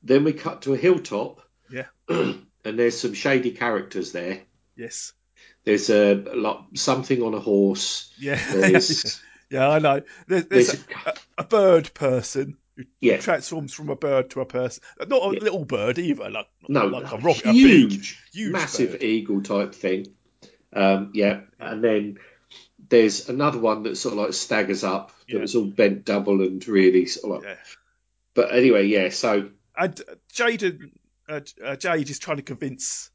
[SPEAKER 3] Then we cut to a hilltop.
[SPEAKER 2] Yeah.
[SPEAKER 3] and there's some shady characters there.
[SPEAKER 2] Yes,
[SPEAKER 3] There's a lot something on a horse.
[SPEAKER 2] yeah,
[SPEAKER 3] There's
[SPEAKER 2] yeah. I know. There's, there's a, a, a bird person who
[SPEAKER 3] yeah.
[SPEAKER 2] transforms from a bird to a person. Not a little bird either, like
[SPEAKER 3] No,
[SPEAKER 2] like a
[SPEAKER 3] no,
[SPEAKER 2] rock, a big,
[SPEAKER 3] huge,
[SPEAKER 2] huge
[SPEAKER 3] massive
[SPEAKER 2] bird.
[SPEAKER 3] eagle type thing. Um, yeah, and then there's another one that sort of like staggers up. That
[SPEAKER 2] Yeah.
[SPEAKER 3] was all bent double and really sort of like.
[SPEAKER 2] Yeah.
[SPEAKER 3] But anyway, yeah. So
[SPEAKER 2] and uh, Jaden, uh, uh, Jade is trying to convince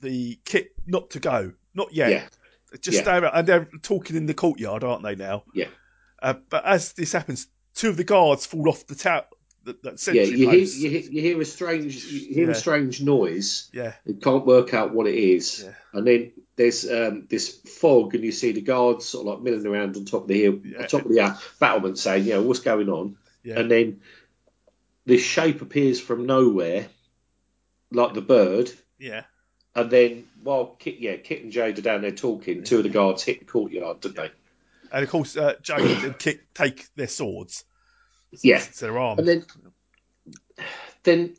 [SPEAKER 2] the kit not to go, not yet.
[SPEAKER 3] Yeah.
[SPEAKER 2] Just
[SPEAKER 3] Yeah.
[SPEAKER 2] stay around, and they're talking in the courtyard, aren't they now?
[SPEAKER 3] Yeah.
[SPEAKER 2] Uh, but as this happens, two of the guards fall off the tower. That, that
[SPEAKER 3] yeah,
[SPEAKER 2] sentry
[SPEAKER 3] you hear,
[SPEAKER 2] post.
[SPEAKER 3] you hear you hear a strange you hear
[SPEAKER 2] Yeah.
[SPEAKER 3] a strange noise.
[SPEAKER 2] yeah,
[SPEAKER 3] You can't work out what it is,
[SPEAKER 2] Yeah.
[SPEAKER 3] and then there's um, this fog, and you see the guards sort of like milling around on top of the hill,
[SPEAKER 2] Yeah.
[SPEAKER 3] on top of the uh, battlement, saying, "Yeah, what's going on?"
[SPEAKER 2] yeah,
[SPEAKER 3] and then this shape appears from nowhere, like the bird.
[SPEAKER 2] yeah,
[SPEAKER 3] And then, while Kit, yeah, Kit and Jade are down there talking, two of the guards hit the courtyard, didn't they?
[SPEAKER 2] and of course, uh, Jade and Kit take their swords.
[SPEAKER 3] Yeah.
[SPEAKER 2] So they're armed.
[SPEAKER 3] And then, then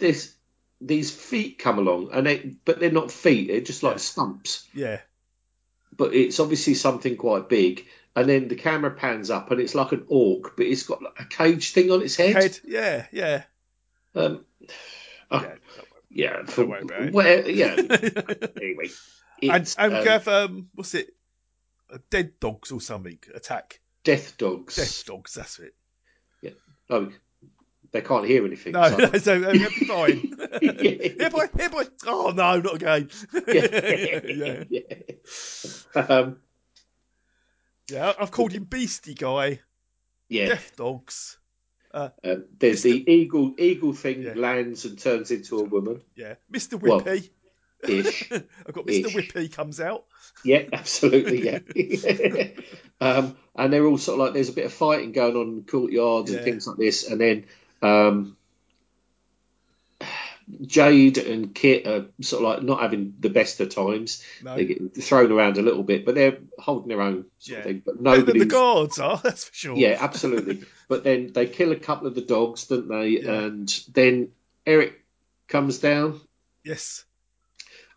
[SPEAKER 3] this these feet come along, and they but they're not feet; they're just like stumps.
[SPEAKER 2] yeah,
[SPEAKER 3] But it's obviously something quite big. And then the camera pans up, and it's like an orc, but it's got like a cage thing on its head.
[SPEAKER 2] head. Yeah, yeah.
[SPEAKER 3] Um,
[SPEAKER 2] yeah.
[SPEAKER 3] yeah, for,
[SPEAKER 2] worry about it.
[SPEAKER 3] where, yeah. anyway,
[SPEAKER 2] and
[SPEAKER 3] it's,
[SPEAKER 2] and
[SPEAKER 3] um,
[SPEAKER 2] we have um, what's it? Uh, dead dogs or something attack.
[SPEAKER 3] death dogs.
[SPEAKER 2] Death dogs. That's it.
[SPEAKER 3] No, they can't hear anything.
[SPEAKER 2] No,
[SPEAKER 3] so-
[SPEAKER 2] no, so they'll be fine. here, boy, here, boy. Oh no, not again.
[SPEAKER 3] Yeah.
[SPEAKER 2] yeah,
[SPEAKER 3] Um,
[SPEAKER 2] yeah. I've called him Beastie Guy,
[SPEAKER 3] yeah.
[SPEAKER 2] Death Dogs.
[SPEAKER 3] Um, there's the eagle. Eagle thing
[SPEAKER 2] Yeah.
[SPEAKER 3] lands and turns into a woman.
[SPEAKER 2] Yeah, Mr.
[SPEAKER 3] Well,
[SPEAKER 2] Whippy.
[SPEAKER 3] Ish.
[SPEAKER 2] I've got Mr.
[SPEAKER 3] ish.
[SPEAKER 2] Whippy comes out.
[SPEAKER 3] yeah, absolutely. Yeah. um, and they're all sort of like there's a bit of fighting going on in the courtyards
[SPEAKER 2] Yeah.
[SPEAKER 3] and things like this. And then um, Jade and Kit are sort of like not having the best of times.
[SPEAKER 2] No,
[SPEAKER 3] They get thrown around a little bit, but they're holding their own sort of
[SPEAKER 2] Yeah.
[SPEAKER 3] thing. But
[SPEAKER 2] Better than the
[SPEAKER 3] nobody's
[SPEAKER 2] guards are. That's for sure.
[SPEAKER 3] Yeah, absolutely. but then they kill a couple of the dogs, don't they?
[SPEAKER 2] Yeah.
[SPEAKER 3] And then Eric comes down,
[SPEAKER 2] Yes.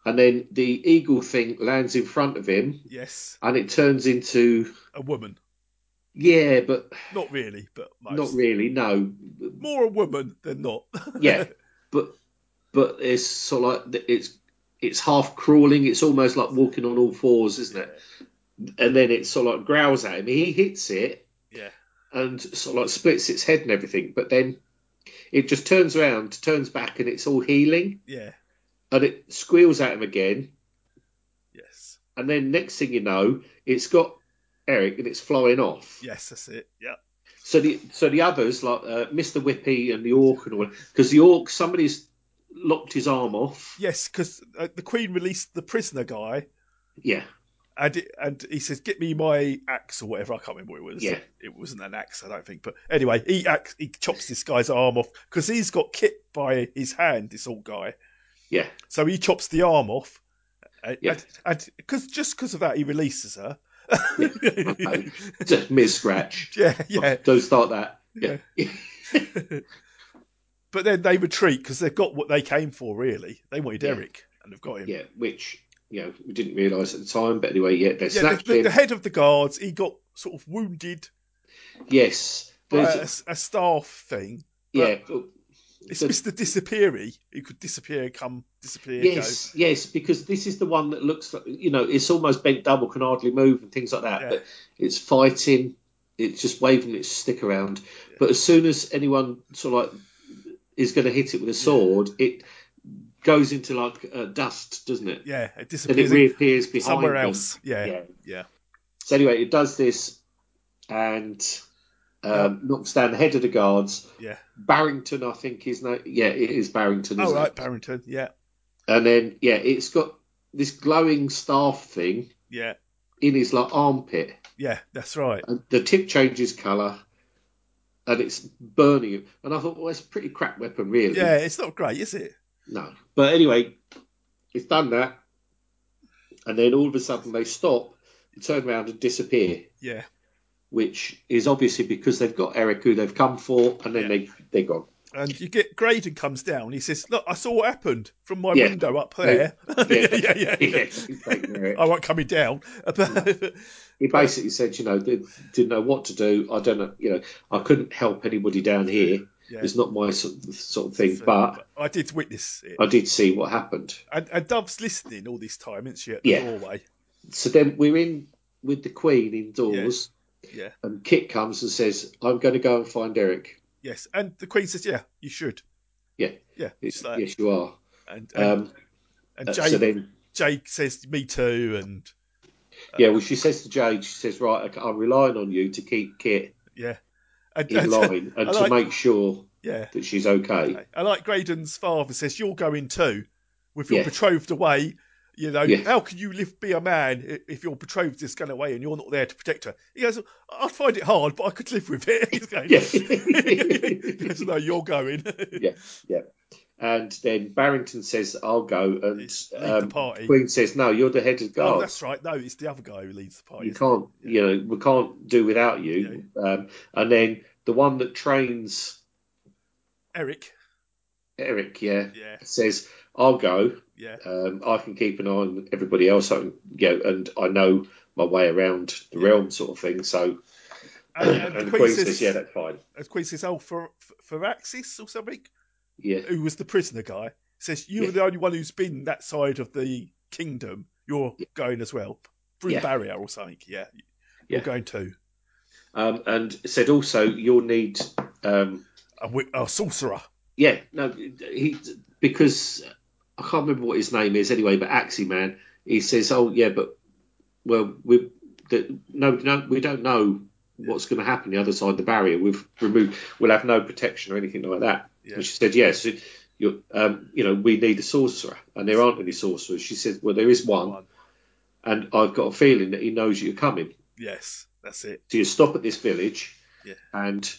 [SPEAKER 3] and then the eagle thing lands in front of him,
[SPEAKER 2] Yes.
[SPEAKER 3] and it turns into
[SPEAKER 2] A woman.
[SPEAKER 3] yeah, but
[SPEAKER 2] Not really, but most.
[SPEAKER 3] not really. No,
[SPEAKER 2] More a woman than not.
[SPEAKER 3] yeah, but but it's sort of like it's it's half crawling. It's almost like walking on all fours, isn't it? And then it sort of like growls at him. He hits it,
[SPEAKER 2] Yeah.
[SPEAKER 3] and sort of like splits its head and everything. But then it just turns around, turns back, and it's all healing.
[SPEAKER 2] Yeah.
[SPEAKER 3] and it squeals at him again.
[SPEAKER 2] Yes.
[SPEAKER 3] And then next thing you know, it's got Eric and it's flying off.
[SPEAKER 2] Yes, that's it. Yeah.
[SPEAKER 3] So the so the others like uh, Mr. Whippy and the Orc and all because the Orc somebody's locked his arm off.
[SPEAKER 2] Yes, because uh, the Queen released the prisoner guy.
[SPEAKER 3] Yeah,
[SPEAKER 2] and it, and he says, "Get me my axe or whatever." I can't remember what it was.
[SPEAKER 3] Yeah.
[SPEAKER 2] It wasn't an axe, I don't think. But anyway, he axe, he chops this guy's arm off because he's got kicked by his hand. This old guy,
[SPEAKER 3] yeah,
[SPEAKER 2] so he chops the arm off. And,
[SPEAKER 3] Yeah.
[SPEAKER 2] and because just because of that, he releases her.
[SPEAKER 3] okay. just mere scratch.
[SPEAKER 2] yeah, yeah.
[SPEAKER 3] Don't start that. Yeah,
[SPEAKER 2] But then they retreat because they've got what they came for. Really, they wanted
[SPEAKER 3] Yeah.
[SPEAKER 2] Eric, and they've got him.
[SPEAKER 3] yeah, which you know we didn't realise at the time, but anyway, yeah, they
[SPEAKER 2] Yeah, the,
[SPEAKER 3] snatched
[SPEAKER 2] the,
[SPEAKER 3] him.
[SPEAKER 2] the head of the guards, he got sort of wounded
[SPEAKER 3] yes,
[SPEAKER 2] by
[SPEAKER 3] There's-
[SPEAKER 2] a, s- a staff thing.
[SPEAKER 3] yeah.
[SPEAKER 2] It's
[SPEAKER 3] The-
[SPEAKER 2] Mr. Disappeary. He could disappear, come, disappear,
[SPEAKER 3] Yes, yes, because this is the one that looks, like- you know, it's almost bent double, can hardly move, and things like that.
[SPEAKER 2] Yeah.
[SPEAKER 3] But it's fighting, it's just waving its stick around. But as soon as anyone sort of like is going to hit it with a sword, it goes into like uh, dust, doesn't it?
[SPEAKER 2] go. Yeah, it
[SPEAKER 3] And it
[SPEAKER 2] disappears
[SPEAKER 3] reappears behind
[SPEAKER 2] somewhere
[SPEAKER 3] them.
[SPEAKER 2] else. Yeah, yeah,
[SPEAKER 3] Yeah. So anyway, it does this and um, knocks down the head of the guards.
[SPEAKER 2] yeah.
[SPEAKER 3] Barrington, I think, is no, yeah, it is Barrington.
[SPEAKER 2] Oh,
[SPEAKER 3] Isn't
[SPEAKER 2] right,
[SPEAKER 3] it?
[SPEAKER 2] Barrington. Yeah,
[SPEAKER 3] And then yeah, it's got this glowing staff thing
[SPEAKER 2] Yeah,
[SPEAKER 3] in his like armpit.
[SPEAKER 2] yeah, that's right.
[SPEAKER 3] And the tip changes colour, and it's burning him. And I thought, well, it's a pretty crap weapon, really.
[SPEAKER 2] Yeah, it's not great, is it?
[SPEAKER 3] No. But anyway, it's done that. And then all of a sudden they stop, turn around and disappear,
[SPEAKER 2] Yeah,
[SPEAKER 3] which is obviously because they've got Eric who they've come for and then
[SPEAKER 2] Yeah.
[SPEAKER 3] they, they're gone.
[SPEAKER 2] and you get Graydon comes down. He says, "Look, I saw what happened from my
[SPEAKER 3] Yeah.
[SPEAKER 2] window up there." yeah, yeah, yeah. yeah. I won't coming down. But-
[SPEAKER 3] He basically said, you know, they didn't know what to do. I don't know, you know, I couldn't help anybody down here.
[SPEAKER 2] Yeah.
[SPEAKER 3] It's not my sort sort of thing, but
[SPEAKER 2] I did witness it.
[SPEAKER 3] I did see what happened.
[SPEAKER 2] And, and Dove's listening all this time, isn't she? At the
[SPEAKER 3] Yeah.
[SPEAKER 2] doorway.
[SPEAKER 3] So then we're in with the Queen indoors,
[SPEAKER 2] Yeah.
[SPEAKER 3] and Kit comes and says, I'm going to go and find Eric.
[SPEAKER 2] Yes, and the Queen says, "Yeah, you should."
[SPEAKER 3] Yeah.
[SPEAKER 2] Yeah, it's like,
[SPEAKER 3] Yes, you are.
[SPEAKER 2] and and,
[SPEAKER 3] Um,
[SPEAKER 2] and
[SPEAKER 3] uh,
[SPEAKER 2] Jake,
[SPEAKER 3] so then,
[SPEAKER 2] Jake says, "Me too," and Uh,
[SPEAKER 3] yeah, well, she says to Jade, she says, right, I- I'm relying on you to keep Kit
[SPEAKER 2] yeah, and,
[SPEAKER 3] in
[SPEAKER 2] and-
[SPEAKER 3] line and
[SPEAKER 2] I
[SPEAKER 3] to
[SPEAKER 2] like-
[SPEAKER 3] make sure
[SPEAKER 2] yeah.
[SPEAKER 3] that she's okay.
[SPEAKER 2] I like Graydon's father says, "You're going too, with your
[SPEAKER 3] Yeah.
[SPEAKER 2] betrothed away." You know,
[SPEAKER 3] Yeah.
[SPEAKER 2] how can you live be a man i- if your betrothed is going away and you're not there to protect her? He goes, "I find it hard, but I could live with it." He's going,
[SPEAKER 3] Yeah.
[SPEAKER 2] he goes, "No, you're going."
[SPEAKER 3] Yeah, yeah. And then Barrington says, I'll go. And
[SPEAKER 2] It's lead the
[SPEAKER 3] um,
[SPEAKER 2] party.
[SPEAKER 3] Queen says, no, you're the head of
[SPEAKER 2] Oh,
[SPEAKER 3] guard.
[SPEAKER 2] that's right. No, it's the other guy who leads the party.
[SPEAKER 3] you
[SPEAKER 2] isn't it?
[SPEAKER 3] can't, you know, we can't do without you. Um, and then the one that trains
[SPEAKER 2] Eric.
[SPEAKER 3] Eric, yeah,
[SPEAKER 2] Yeah.
[SPEAKER 3] says, I'll go.
[SPEAKER 2] Yeah,
[SPEAKER 3] Um, I can keep an eye on everybody else. I can, you know, and I know my way around the realm, sort of thing. So,
[SPEAKER 2] and,
[SPEAKER 3] and, the Queen says, yeah, that's fine.
[SPEAKER 2] and Queen says, "Oh, for for Axis or something."
[SPEAKER 3] Yeah,
[SPEAKER 2] who was the prisoner guy, says, You're
[SPEAKER 3] Yeah.
[SPEAKER 2] the only one who's been that side of the kingdom. You're going as well. Through
[SPEAKER 3] Yeah.
[SPEAKER 2] the barrier or something. Yeah. You're
[SPEAKER 3] Yeah.
[SPEAKER 2] going too.
[SPEAKER 3] um, and said also you'll need, um,
[SPEAKER 2] A, wi- a sorcerer.
[SPEAKER 3] yeah, no, he because I can't remember what his name is anyway. But Axie Man, he says, oh yeah, but well, we the, no, no, we don't know what's going to happen the other side of the barrier. We've removed, we'll have no protection or anything like that.
[SPEAKER 2] Yeah.
[SPEAKER 3] And she said, yes, it- you um, you know, we need a sorcerer, and there aren't any sorcerers. She said, well, there is one,
[SPEAKER 2] One.
[SPEAKER 3] and I've got a feeling that he knows you're coming.
[SPEAKER 2] Yes, that's it.
[SPEAKER 3] So you stop at this village,
[SPEAKER 2] Yeah.
[SPEAKER 3] and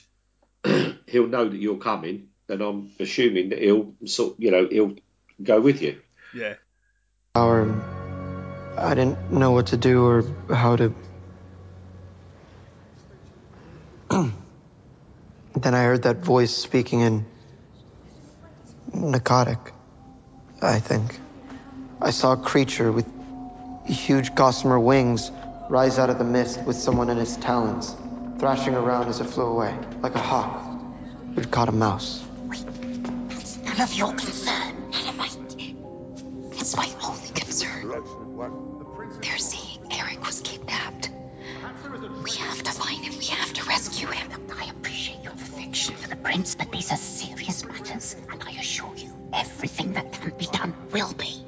[SPEAKER 3] he'll know that you're coming, and I'm assuming that he'll sort, you know, he'll go with you.
[SPEAKER 2] Yeah.
[SPEAKER 9] Our, I didn't know what to do or how to. then I heard that voice speaking in narcotic, I think. I saw a creature with huge gossamer wings rise out of the mist with someone in its talons, thrashing around as it flew away, like a hawk. It caught a mouse.
[SPEAKER 4] It's none of your concern. None of mine. It's my only concern. They're saying Eric was kidnapped. We have to find him. We have to rescue him. I appreciate your affection for the prince, but these are serious matters, and I assure you, everything that can be done will be.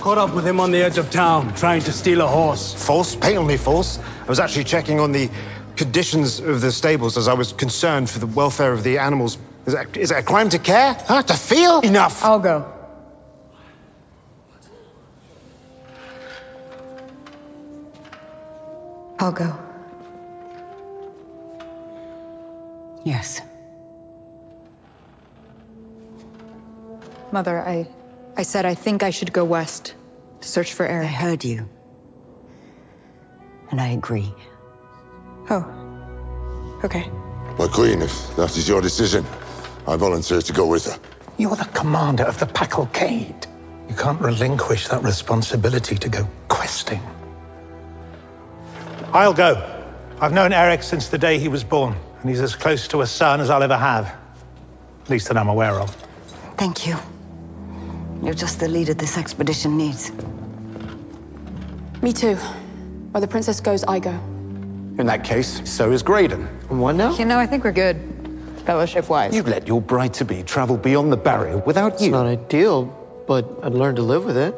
[SPEAKER 10] Caught up with him on the edge of town, trying to steal a horse.
[SPEAKER 11] False, patently false. I was actually checking on the conditions of the stables as I was concerned for the welfare of the animals. Is that, is that a crime to care? Huh? To feel? Enough.
[SPEAKER 5] I'll go.
[SPEAKER 4] I'll go. Yes.
[SPEAKER 5] Mother, I, I said I think I should go west to search for
[SPEAKER 4] I
[SPEAKER 5] Eric.
[SPEAKER 4] heard you. And I agree.
[SPEAKER 5] Oh. Okay.
[SPEAKER 8] My queen, if that is your decision, I volunteer to go with her.
[SPEAKER 11] You're the commander of the Packlecade. You can't relinquish that responsibility to go questing. I'll go. I've known Eric since the day he was born, and he's as close to a son as I'll ever have. At least that I'm aware of.
[SPEAKER 4] Thank you. You're just the leader this expedition needs.
[SPEAKER 7] Me too. Where the princess goes, I go.
[SPEAKER 11] In that case, so is Graydon.
[SPEAKER 9] What now?
[SPEAKER 5] You know, I think we're good, fellowship wise.
[SPEAKER 11] You've let your bride to be travel beyond the barrier without you.
[SPEAKER 9] It's not ideal, but I'd learn to live with it.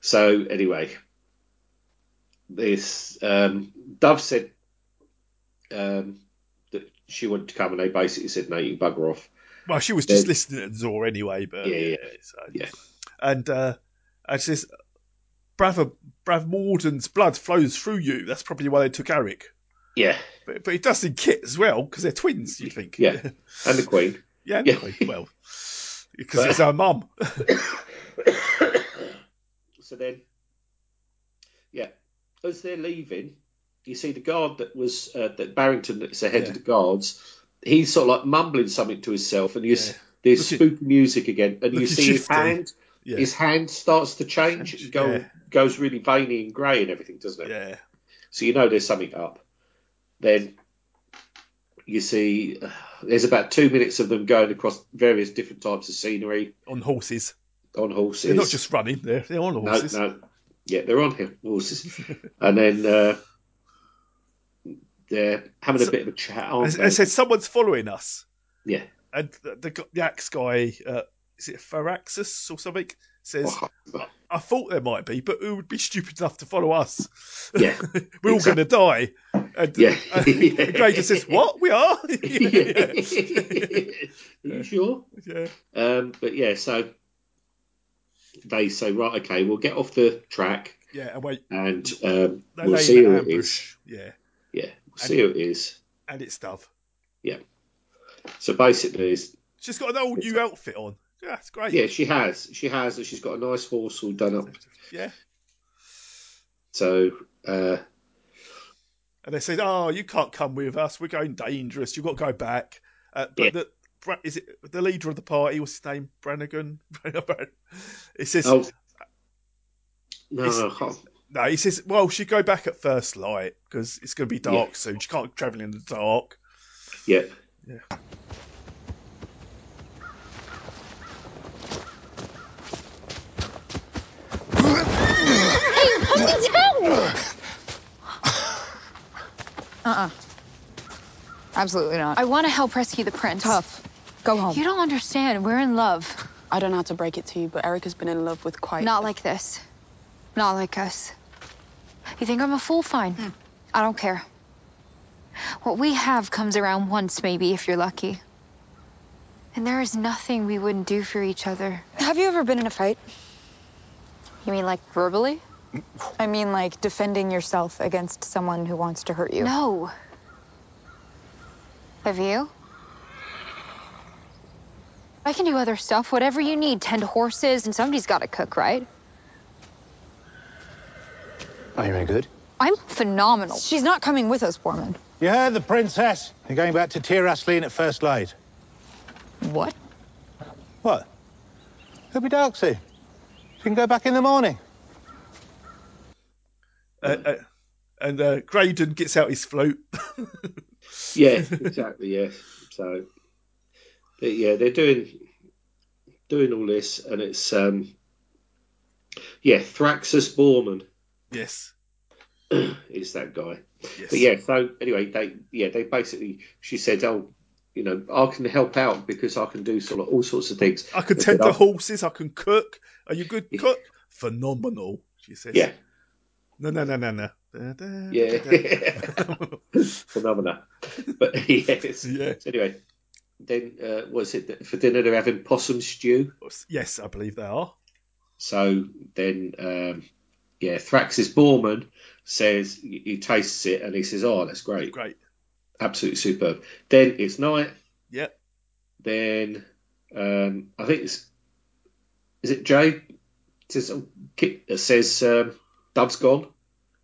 [SPEAKER 3] So anyway, this um, Dove said um, that she wanted to come, and they basically said, "No, you bugger off."
[SPEAKER 2] Well, she was just listening at Zor anyway, but
[SPEAKER 3] Yeah, yeah,
[SPEAKER 2] so-
[SPEAKER 3] yeah.
[SPEAKER 2] and uh, and she says, "Brother, Brother Morden's blood flows through you. That's probably why they took Eric."
[SPEAKER 3] Yeah,
[SPEAKER 2] But, but it does in Kit as well because they're twins. You think?
[SPEAKER 3] yeah, and the Queen.
[SPEAKER 2] yeah. and
[SPEAKER 3] Yeah.
[SPEAKER 2] Queen, Well, because it's our mum.
[SPEAKER 3] So then, yeah, as they're leaving, you see the guard that was uh, that Barrington that's the head of the guards. He's sort of like mumbling something to himself, and you s there's
[SPEAKER 2] Looking-
[SPEAKER 3] spook music again, and you
[SPEAKER 2] looking
[SPEAKER 3] see his
[SPEAKER 2] shifty.
[SPEAKER 3] hand.
[SPEAKER 2] Yeah.
[SPEAKER 3] His hand starts to change, and go
[SPEAKER 2] yeah.
[SPEAKER 3] goes really veiny and grey and everything, doesn't it?
[SPEAKER 2] Yeah.
[SPEAKER 3] So you know there's something up. Then you see uh, there's about two minutes of them going across various different types of scenery
[SPEAKER 2] on horses.
[SPEAKER 3] On horses,
[SPEAKER 2] They're not just running. They're they're on
[SPEAKER 3] no,
[SPEAKER 2] horses.
[SPEAKER 3] No, yeah, they're on him- horses, and then uh, they're having a bit of a chat.
[SPEAKER 2] I,
[SPEAKER 3] Aren't
[SPEAKER 2] I
[SPEAKER 3] they?
[SPEAKER 2] said someone's following us,
[SPEAKER 3] yeah,
[SPEAKER 2] and the, the, gu- the axe guy, uh, is it Faraxis or something, says, "I thought there might be, but who would be stupid enough to follow us?
[SPEAKER 3] Yeah,
[SPEAKER 2] we're all going to die."
[SPEAKER 3] exactly.
[SPEAKER 2] And,
[SPEAKER 3] Yeah.
[SPEAKER 2] and Granger Uh, says, "What? We are?
[SPEAKER 3] Yeah. Are you sure?
[SPEAKER 2] Yeah.
[SPEAKER 3] Um, but yeah, so they say, right, okay, we'll get off the track
[SPEAKER 2] Yeah, and wait,
[SPEAKER 3] and um,
[SPEAKER 2] They
[SPEAKER 3] we'll
[SPEAKER 2] lay
[SPEAKER 3] see
[SPEAKER 2] in
[SPEAKER 3] who
[SPEAKER 2] an
[SPEAKER 3] it is.
[SPEAKER 2] yeah,
[SPEAKER 3] Yeah, we'll see who it is.
[SPEAKER 2] and it's Dove.
[SPEAKER 3] Yeah. So basically, it's,
[SPEAKER 2] She's got an old new outfit on. Yeah, that's great.
[SPEAKER 3] yeah, she has, she has, and she's got a nice horse all done up.
[SPEAKER 2] yeah.
[SPEAKER 3] So uh,
[SPEAKER 2] and they said, "Oh, you can't come with us. We're going dangerous. You've got to go back." Uh, but
[SPEAKER 3] Yeah.
[SPEAKER 2] the Bra- is it the leader of the party? What's his name? Brannigan. it says,
[SPEAKER 3] Oh, no,
[SPEAKER 2] It's-
[SPEAKER 3] I can't-
[SPEAKER 2] "No." He says, "Well, she go back at first light because it's going to be dark soon. She can't travel in the dark."
[SPEAKER 3] yeah.
[SPEAKER 5] Uh-uh. Absolutely not.
[SPEAKER 7] I want to help rescue the prince.
[SPEAKER 5] Tough. Go home.
[SPEAKER 7] You don't understand. We're in love. I don't know how to break it to you, but Erica's been in love with quite.
[SPEAKER 12] Not like this. Not like us. You think I'm a fool? Fine. I don't care. What we have comes around once, maybe, if you're lucky. And there is nothing we wouldn't do for each other.
[SPEAKER 7] Have you ever been in a fight?
[SPEAKER 12] You mean like verbally?
[SPEAKER 5] I mean, like defending yourself against someone who wants to hurt you.
[SPEAKER 12] No. Have you? I can do other stuff, whatever you need. Tend horses, and somebody's got to cook, right?
[SPEAKER 10] Are you any good?
[SPEAKER 12] I'm phenomenal.
[SPEAKER 5] She's not coming with us, Borman.
[SPEAKER 13] You heard the princess. You're going back to Tirasleen at first light.
[SPEAKER 5] What?
[SPEAKER 13] What? It'll be dark soon. You can go back in the morning.
[SPEAKER 2] Uh,
[SPEAKER 3] Mm.
[SPEAKER 2] uh, and uh, Graydon gets out his flute.
[SPEAKER 3] Yeah, exactly. Yeah. So, but yeah, they're doing doing all this, and it's um, yeah, Thraxus Borman
[SPEAKER 2] yes,
[SPEAKER 3] is that guy.
[SPEAKER 2] Yes.
[SPEAKER 3] But yeah, so anyway, they yeah they basically she said, oh, you know, I can help out because I can do sort of all sorts of things.
[SPEAKER 2] I can
[SPEAKER 3] They
[SPEAKER 2] tend
[SPEAKER 3] said,
[SPEAKER 2] the
[SPEAKER 3] "Oh,
[SPEAKER 2] horses. I can cook. Are you good cook? Phenomenal. She says.
[SPEAKER 3] Yeah.
[SPEAKER 2] No, no, no, no, no. Da, da,
[SPEAKER 3] Yeah.
[SPEAKER 2] da, da.
[SPEAKER 3] phenomena. But yes,
[SPEAKER 2] Yeah.
[SPEAKER 3] So anyway, then uh, was it that for dinner they're having possum stew?
[SPEAKER 2] yes, I believe they are.
[SPEAKER 3] So then, um, yeah, Thraxis Borman says he he tastes it and he says, "Oh, that's great,
[SPEAKER 2] Great.
[SPEAKER 3] absolutely superb." Then it's night.
[SPEAKER 2] Yep.
[SPEAKER 3] Then um, I think it's is it Jay says oh, Kit- that says um, Dove's gone.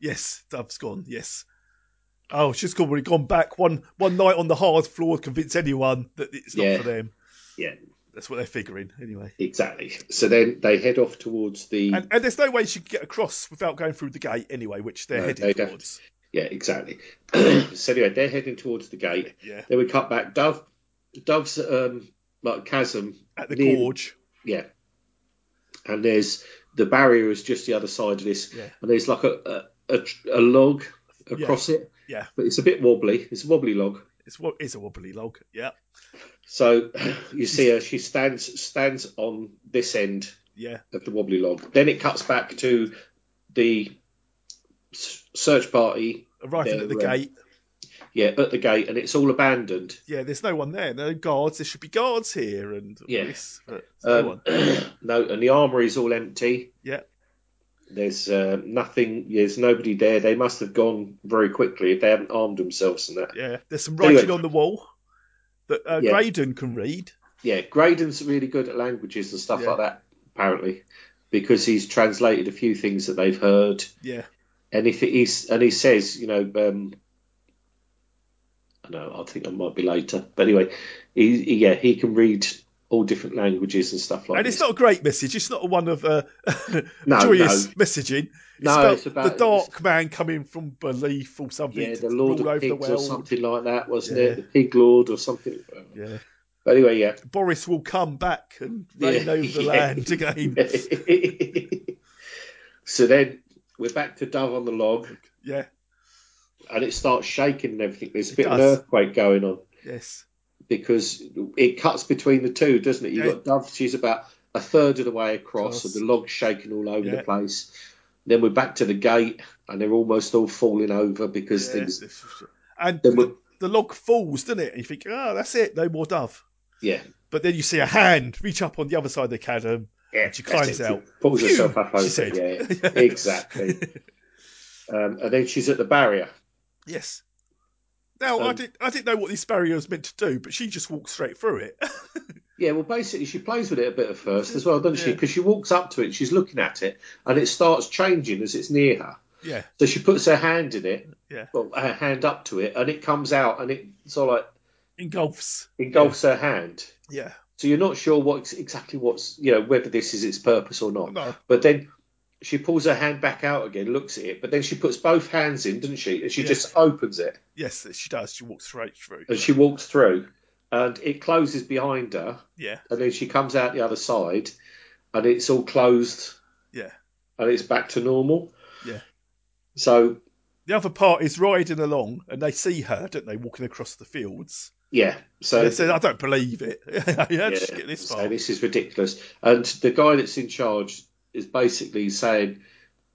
[SPEAKER 2] Yes, Dove's gone. Yes. Oh, she's gone. We've gone back one one night on the hard floor to convince anyone that it's not
[SPEAKER 3] Yeah.
[SPEAKER 2] for them.
[SPEAKER 3] Yeah,
[SPEAKER 2] That's what they're figuring, anyway.
[SPEAKER 3] exactly. So then they head off towards the
[SPEAKER 2] And, and there's no way she could get across without going through the gate, anyway, which they're
[SPEAKER 3] No,
[SPEAKER 2] heading
[SPEAKER 3] they
[SPEAKER 2] towards.
[SPEAKER 3] Yeah, exactly. so anyway, they're heading towards the gate.
[SPEAKER 2] Yeah.
[SPEAKER 3] Then we cut back. Dove, Dove's um, like chasm
[SPEAKER 2] At the
[SPEAKER 3] near-
[SPEAKER 2] gorge.
[SPEAKER 3] Yeah. And there's the barrier is just the other side of this,
[SPEAKER 2] Yeah.
[SPEAKER 3] and there's like a a, a, tr- a log across it,
[SPEAKER 2] Yeah,
[SPEAKER 3] but it's a bit wobbly. It's a wobbly log.
[SPEAKER 2] it's what is a wobbly log. Yeah,
[SPEAKER 3] So you see her. She stands stands on this end
[SPEAKER 2] Yeah.
[SPEAKER 3] of the wobbly log. Then it cuts back to the s- search party
[SPEAKER 2] Arriving at the
[SPEAKER 3] They're, um,
[SPEAKER 2] gate.
[SPEAKER 3] Yeah, at the gate, and it's all abandoned.
[SPEAKER 2] Yeah, there's no one there. No guards. There should be guards here and all
[SPEAKER 3] Yeah.
[SPEAKER 2] this. But there's no
[SPEAKER 3] Um,
[SPEAKER 2] one.
[SPEAKER 3] no, and the armory's all empty.
[SPEAKER 2] Yeah.
[SPEAKER 3] There's uh, nothing. There's nobody there. They must have gone very quickly if they haven't armed themselves and that.
[SPEAKER 2] Yeah. There's some
[SPEAKER 3] Anyway.
[SPEAKER 2] writing on the wall that uh,
[SPEAKER 3] Yeah.
[SPEAKER 2] Graydon can read.
[SPEAKER 3] Yeah, Graydon's really good at languages and stuff
[SPEAKER 2] Yeah.
[SPEAKER 3] like that, apparently, because he's translated a few things that they've heard.
[SPEAKER 2] Yeah.
[SPEAKER 3] And if he's and he says, you know, um, I know, I think that might be later, but anyway, he, he- yeah, he can read all different languages and stuff like
[SPEAKER 2] and
[SPEAKER 3] this.
[SPEAKER 2] it's not a great message. It's not one of uh,
[SPEAKER 3] No,
[SPEAKER 2] joyous
[SPEAKER 3] no.
[SPEAKER 2] messaging. It's
[SPEAKER 3] No,
[SPEAKER 2] about,
[SPEAKER 3] it's about-
[SPEAKER 2] the dark man coming from belief or something
[SPEAKER 3] yeah,
[SPEAKER 2] to
[SPEAKER 3] the Lord
[SPEAKER 2] rule
[SPEAKER 3] of
[SPEAKER 2] over the
[SPEAKER 3] Pigs or
[SPEAKER 2] world.
[SPEAKER 3] something like that, wasn't
[SPEAKER 2] Yeah.
[SPEAKER 3] it? The Pig Lord or something.
[SPEAKER 2] Yeah.
[SPEAKER 3] But anyway, yeah.
[SPEAKER 2] Boris will come back and reign
[SPEAKER 3] Yeah.
[SPEAKER 2] over the
[SPEAKER 3] Yeah.
[SPEAKER 2] land again.
[SPEAKER 3] so then we're back to Dove on the log,
[SPEAKER 2] yeah.
[SPEAKER 3] and it starts shaking and everything. There's a bit of an
[SPEAKER 2] does.
[SPEAKER 3] earthquake going on
[SPEAKER 2] Yes.
[SPEAKER 3] because it cuts between the two, doesn't it? You've
[SPEAKER 2] Yeah.
[SPEAKER 3] got Dove, she's about a third of the way across,
[SPEAKER 2] Across.
[SPEAKER 3] and the log's shaking all over
[SPEAKER 2] Yeah.
[SPEAKER 3] the place. Then we're back to the gate, and they're almost all falling over because
[SPEAKER 2] Yeah.
[SPEAKER 3] things.
[SPEAKER 2] And
[SPEAKER 3] Then
[SPEAKER 2] the,
[SPEAKER 3] we-
[SPEAKER 2] the log falls, doesn't it? And you think, oh, that's it. No more dove.
[SPEAKER 3] Yeah.
[SPEAKER 2] But then you see a hand reach up on the other side of the chasm.
[SPEAKER 3] Yeah,
[SPEAKER 2] and she climbs
[SPEAKER 3] that's it.
[SPEAKER 2] out.
[SPEAKER 3] She pulls
[SPEAKER 2] Phew,
[SPEAKER 3] herself up
[SPEAKER 2] she
[SPEAKER 3] over.
[SPEAKER 2] said.
[SPEAKER 3] Yeah, exactly. um, and then she's at the barrier.
[SPEAKER 2] Yes. Now I
[SPEAKER 3] Um,
[SPEAKER 2] didn't I didn't know what this barrier was meant to do, but she just walked straight through it.
[SPEAKER 3] Yeah, well, basically, she plays with it a bit at first as well, doesn't she?
[SPEAKER 2] Yeah.
[SPEAKER 3] Because she walks up to it, she's looking at it, and it starts changing as it's near her.
[SPEAKER 2] yeah.
[SPEAKER 3] So she puts her hand in it,
[SPEAKER 2] Yeah.
[SPEAKER 3] well, her hand up to it, and it comes out and it sort of like
[SPEAKER 2] Engulfs.
[SPEAKER 3] engulfs her hand.
[SPEAKER 2] Yeah.
[SPEAKER 3] So you're not sure what's exactly what's you know whether this is its purpose or not.
[SPEAKER 2] Oh, No.
[SPEAKER 3] But then she pulls her hand back out again, looks at it, but then she puts both hands in, doesn't she? And she
[SPEAKER 2] Yeah.
[SPEAKER 3] just opens it.
[SPEAKER 2] Yes, she does. She walks straight through.
[SPEAKER 3] and she walks through and it closes behind her
[SPEAKER 2] Yeah.
[SPEAKER 3] and then she comes out the other side and it's all closed
[SPEAKER 2] Yeah.
[SPEAKER 3] and it's back to normal
[SPEAKER 2] Yeah.
[SPEAKER 3] so
[SPEAKER 2] The other part is riding along and they see her, don't they, walking across the fields.
[SPEAKER 3] yeah so
[SPEAKER 2] And they said, I don't believe it. yeah, just get this
[SPEAKER 3] so
[SPEAKER 2] far.
[SPEAKER 3] this is ridiculous and the guy that's in charge is basically saying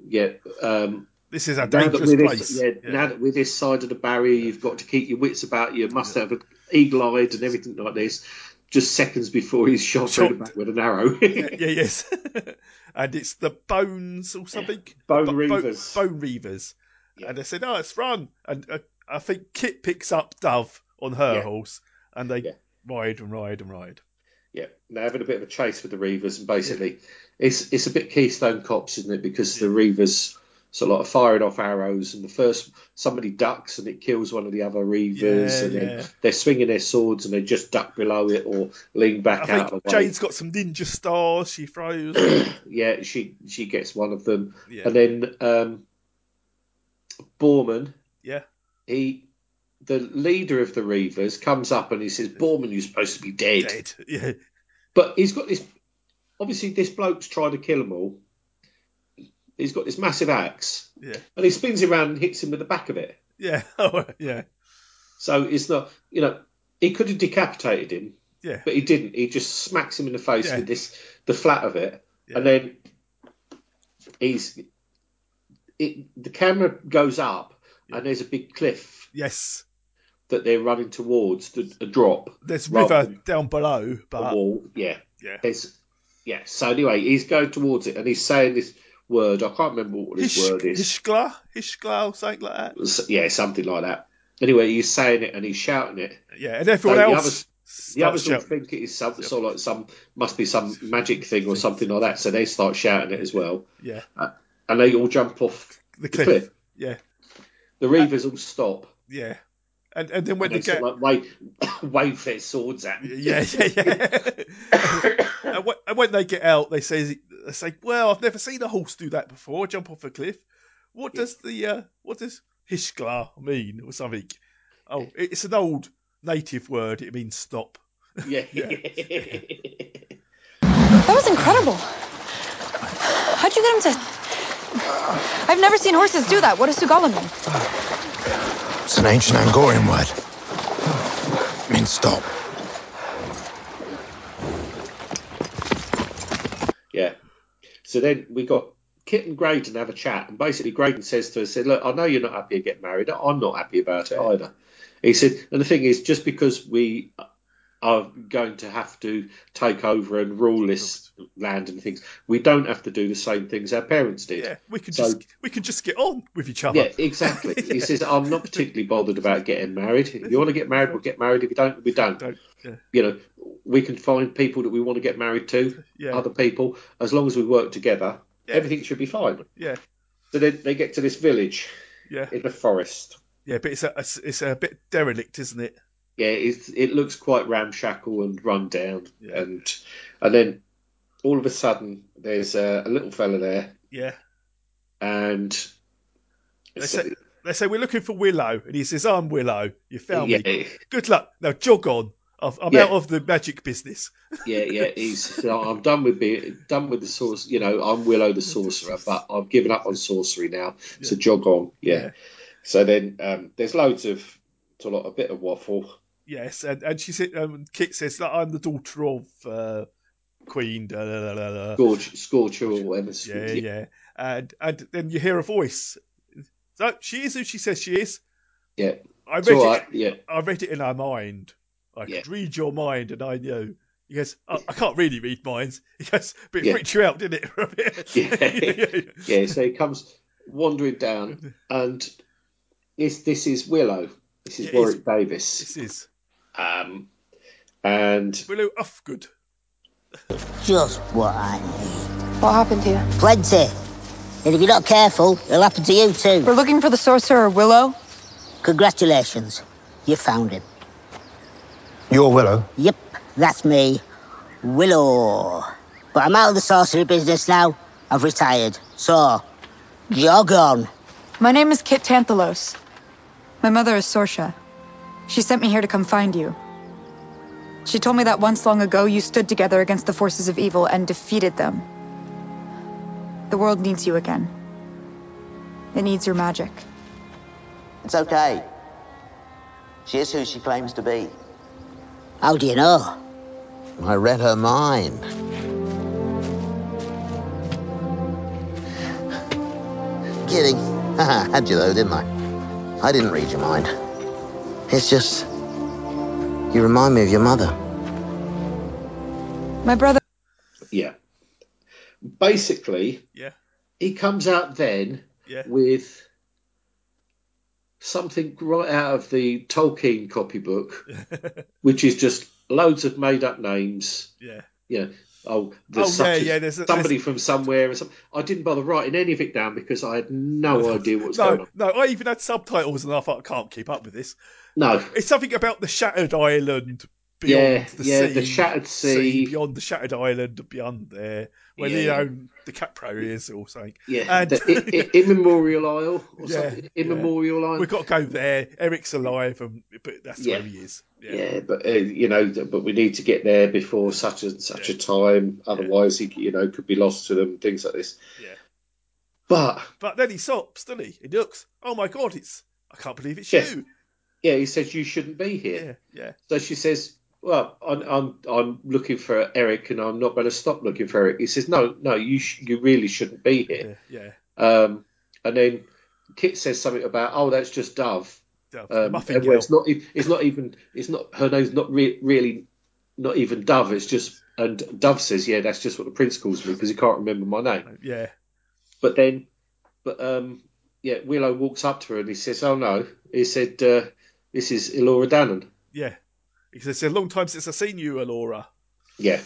[SPEAKER 3] yeah um
[SPEAKER 2] This is a
[SPEAKER 3] now that,
[SPEAKER 2] dangerous
[SPEAKER 3] we're this,
[SPEAKER 2] place.
[SPEAKER 3] yeah, now that we're this side of the barrier, you've got to keep your wits about you. Must have an eagle eyed and everything like this. Just seconds before he's shot, through the
[SPEAKER 2] Shot.
[SPEAKER 3] back with an arrow.
[SPEAKER 2] yeah, yes. and it's the Bones or something.
[SPEAKER 3] Bone
[SPEAKER 2] Bo- bo-
[SPEAKER 3] Reavers.
[SPEAKER 2] bone Reavers. And they said, oh, it's run. And uh, I think Kit picks up Dove on her
[SPEAKER 3] Yeah.
[SPEAKER 2] horse and they
[SPEAKER 3] Yeah.
[SPEAKER 2] ride and ride and ride.
[SPEAKER 3] Yeah, they're having a bit of a chase with the Reavers, and basically, it's it's a bit Keystone Cops, isn't it? Because the Reavers sort of like firing off arrows, and the first somebody ducks and it kills one of the other Reavers,
[SPEAKER 2] Yeah,
[SPEAKER 3] and
[SPEAKER 2] yeah.
[SPEAKER 3] then they're swinging their swords and they just duck below it or lean
[SPEAKER 2] I
[SPEAKER 3] back out of
[SPEAKER 2] think
[SPEAKER 3] the way.
[SPEAKER 2] Jane's got some ninja stars she throws.
[SPEAKER 3] Yeah, she she gets one of them,
[SPEAKER 2] Yeah.
[SPEAKER 3] and then um, Borman,
[SPEAKER 2] yeah.
[SPEAKER 3] he the leader of the Reavers comes up and he says, "Borman, you're supposed to be dead."
[SPEAKER 2] Dead. Yeah.
[SPEAKER 3] But he's got this. Obviously, this bloke's trying to kill them all. He's got this massive axe,
[SPEAKER 2] Yeah.
[SPEAKER 3] and he spins it around and hits him with the back of it.
[SPEAKER 2] Yeah. Oh, yeah.
[SPEAKER 3] So it's not, you know, he could have decapitated him,
[SPEAKER 2] Yeah.
[SPEAKER 3] but he didn't. He just smacks him in the face
[SPEAKER 2] Yeah.
[SPEAKER 3] with this, the flat of it,
[SPEAKER 2] Yeah.
[SPEAKER 3] and then he's. It, the camera goes up, and there's a big cliff
[SPEAKER 2] Yes.
[SPEAKER 3] that they're running towards, the, a drop.
[SPEAKER 2] There's
[SPEAKER 3] rather
[SPEAKER 2] river
[SPEAKER 3] than
[SPEAKER 2] down below,
[SPEAKER 3] a
[SPEAKER 2] but
[SPEAKER 3] wall. Yeah.
[SPEAKER 2] yeah.
[SPEAKER 3] There's, yeah. So anyway, he's going towards it and he's saying this word. I can't remember what this
[SPEAKER 2] Hish-
[SPEAKER 3] word is.
[SPEAKER 2] Hishkla, Hishkla, or something like that.
[SPEAKER 3] S- Yeah, something like that. Anyway, he's saying it and he's shouting it.
[SPEAKER 2] Yeah, and everyone
[SPEAKER 3] So the
[SPEAKER 2] else.
[SPEAKER 3] others- The
[SPEAKER 2] starts
[SPEAKER 3] others all
[SPEAKER 2] shouting.
[SPEAKER 3] think it is some sort of like some must be some magic thing or something like that. So they start shouting it as well,
[SPEAKER 2] Yeah,
[SPEAKER 3] Uh, and they all jump off
[SPEAKER 2] the
[SPEAKER 3] the
[SPEAKER 2] cliff.
[SPEAKER 3] cliff.
[SPEAKER 2] Yeah,
[SPEAKER 3] The reavers all stop.
[SPEAKER 2] yeah, and and then when
[SPEAKER 3] And
[SPEAKER 2] they
[SPEAKER 3] they
[SPEAKER 2] get
[SPEAKER 3] sort of like wave, wave their swords at. him.
[SPEAKER 2] yeah yeah yeah, and, when, and when they get out, they say they say, "Well, I've never seen a horse do that before. Jump off a cliff. What does the uh, what does Hishkla mean or something? Oh, it's an old native word. It means stop.
[SPEAKER 3] yeah.
[SPEAKER 7] That was incredible. How'd you get him to?
[SPEAKER 5] I've never seen horses do that. What does Sugala mean?
[SPEAKER 11] It's an ancient Angorian word. It means stop.
[SPEAKER 3] Yeah. So then we got Kit and Graydon have a chat, and basically Graydon says to her, said, Look, I know you're not happy to get married. I'm not happy about it either. He said, and the thing is, just because we are going to have to take over and rule this land and things, we don't have to do the same things our parents did.
[SPEAKER 2] Yeah, we can
[SPEAKER 3] So-
[SPEAKER 2] just we can just get on with each other.
[SPEAKER 3] Yeah, exactly. He says, I'm not particularly bothered about getting married. If you want to get married, we'll get married. If you don't, we don't.
[SPEAKER 2] yeah.
[SPEAKER 3] You know, we can find people that we want to get married to,
[SPEAKER 2] Yeah.
[SPEAKER 3] other people, as long as we work together,
[SPEAKER 2] Yeah.
[SPEAKER 3] everything should be fine.
[SPEAKER 2] Yeah,
[SPEAKER 3] So then they get to this village
[SPEAKER 2] yeah,
[SPEAKER 3] in the forest.
[SPEAKER 2] yeah. But it's a it's, it's a bit derelict, isn't it?
[SPEAKER 3] Yeah, it, it looks quite ramshackle and run down. And, and then all of a sudden, there's a, a little fella there,
[SPEAKER 2] Yeah.
[SPEAKER 3] and
[SPEAKER 2] They say, they say we're looking for Willow, and he says, "I'm Willow. You found
[SPEAKER 3] Yeah.
[SPEAKER 2] me. Good luck. Now jog on. I've, I'm
[SPEAKER 3] Yeah.
[SPEAKER 2] out of the magic business."
[SPEAKER 3] yeah, yeah. He's I'm done with being done with the source. You know, I'm Willow the sorcerer, but I've given up on sorcery now. So jog on. Yeah.
[SPEAKER 2] Yeah.
[SPEAKER 3] So then um, there's loads of it's a lot a bit of waffle.
[SPEAKER 2] Yes, and, and she said, um, Kit says, "Look, "I'm the daughter of uh, Queen." Da, da, da, da, da.
[SPEAKER 3] Scorch, scorcher, or whatever.
[SPEAKER 2] Yeah, yeah. And and then you hear a voice. So she is who she says she is.
[SPEAKER 3] yeah.
[SPEAKER 2] I
[SPEAKER 3] It's
[SPEAKER 2] read
[SPEAKER 3] all
[SPEAKER 2] it.
[SPEAKER 3] right, yeah.
[SPEAKER 2] I read it in her mind. I could read your mind, and I knew. He goes, oh, I can't really read minds. He goes, but it
[SPEAKER 3] Yeah.
[SPEAKER 2] freaked you out, didn't it? for a bit?
[SPEAKER 3] Yeah. yeah. So he comes wandering down, and this this is Willow. This is
[SPEAKER 2] Yeah,
[SPEAKER 3] Warwick
[SPEAKER 2] it's-
[SPEAKER 3] Davis.
[SPEAKER 2] This is
[SPEAKER 3] Um, and
[SPEAKER 2] Willow Offgood.
[SPEAKER 14] Just what I need.
[SPEAKER 7] What happened to you?
[SPEAKER 14] Plenty. And if you're not careful, it'll happen to you too. We're
[SPEAKER 7] looking for the sorcerer Willow.
[SPEAKER 14] Congratulations. You found him.
[SPEAKER 11] You're Willow.
[SPEAKER 14] Yep, that's me, Willow. But I'm out of the sorcery business now. I've retired. So, jog on.
[SPEAKER 5] My name is Kit Tantalos. My mother is Sorsha. She sent me here to come find you. She told me that once long ago you stood together against the forces of evil and defeated them. The world needs you again. It needs your magic.
[SPEAKER 15] It's okay. She is who she claims to be.
[SPEAKER 14] How do you know?
[SPEAKER 15] I read her mind. Kidding. Haha, Had you though, didn't I? I didn't read your mind. It's just. You remind me of your mother.
[SPEAKER 5] My brother.
[SPEAKER 3] Yeah. Basically,
[SPEAKER 2] Yeah.
[SPEAKER 3] he comes out then
[SPEAKER 2] Yeah.
[SPEAKER 3] with something right out of the Tolkien copybook, which is just loads of made up names.
[SPEAKER 2] Yeah.
[SPEAKER 3] You know, oh, there's
[SPEAKER 2] Oh,
[SPEAKER 3] such
[SPEAKER 2] yeah,
[SPEAKER 3] a-
[SPEAKER 2] yeah, there's a-
[SPEAKER 3] somebody
[SPEAKER 2] there's-
[SPEAKER 3] from somewhere. Or something. I didn't bother writing any of it down because I had no idea what was going
[SPEAKER 2] No,
[SPEAKER 3] on.
[SPEAKER 2] no, I even had subtitles, and I thought, I can't keep up with this.
[SPEAKER 3] No.
[SPEAKER 2] It's something about the Shattered Island beyond
[SPEAKER 3] Yeah,
[SPEAKER 2] the
[SPEAKER 3] yeah,
[SPEAKER 2] sea.
[SPEAKER 3] the Shattered Sea.
[SPEAKER 2] Beyond the Shattered Island, and beyond there, where
[SPEAKER 3] Yeah.
[SPEAKER 2] Leo the Capro is or something.
[SPEAKER 3] Yeah,
[SPEAKER 2] And-
[SPEAKER 3] the I- I- Immemorial Isle or something. Immemorial Isle.
[SPEAKER 2] We've got to go there. Eric's alive, and but that's
[SPEAKER 3] Yeah.
[SPEAKER 2] where he is.
[SPEAKER 3] Yeah, but uh, you know, th- but we need to get there before such and such a time. Otherwise, he you know could be lost to them. Things like this.
[SPEAKER 2] Yeah.
[SPEAKER 3] But
[SPEAKER 2] But then he stops, doesn't he? He looks, oh my god, it's I can't believe it's
[SPEAKER 3] Yeah.
[SPEAKER 2] you.
[SPEAKER 3] yeah, he says you shouldn't be here.
[SPEAKER 2] Yeah,
[SPEAKER 3] So she says, "Well, I'm I'm, I'm looking for Eric, and I'm not going to stop looking for Eric." He says, "No, no, you sh- you really shouldn't be here."
[SPEAKER 2] yeah.
[SPEAKER 3] Um, and then Kit says something about, "Oh, that's just Dove."
[SPEAKER 2] Dove, the
[SPEAKER 3] Um,
[SPEAKER 2] Muffin
[SPEAKER 3] and
[SPEAKER 2] Girl.
[SPEAKER 3] it's not. e- It's not even. It's not. Her name's not re- really. Not even Dove. It's just. And Dove says, "Yeah, that's just what the prince calls me because he can't remember my name."
[SPEAKER 2] Yeah.
[SPEAKER 3] But then, but um, yeah, Willow walks up to her and he says, "Oh no," he said, uh, "This is Elora Dannon."
[SPEAKER 2] Yeah. He says, it's a long time since I've seen you, Alora.
[SPEAKER 3] Yeah.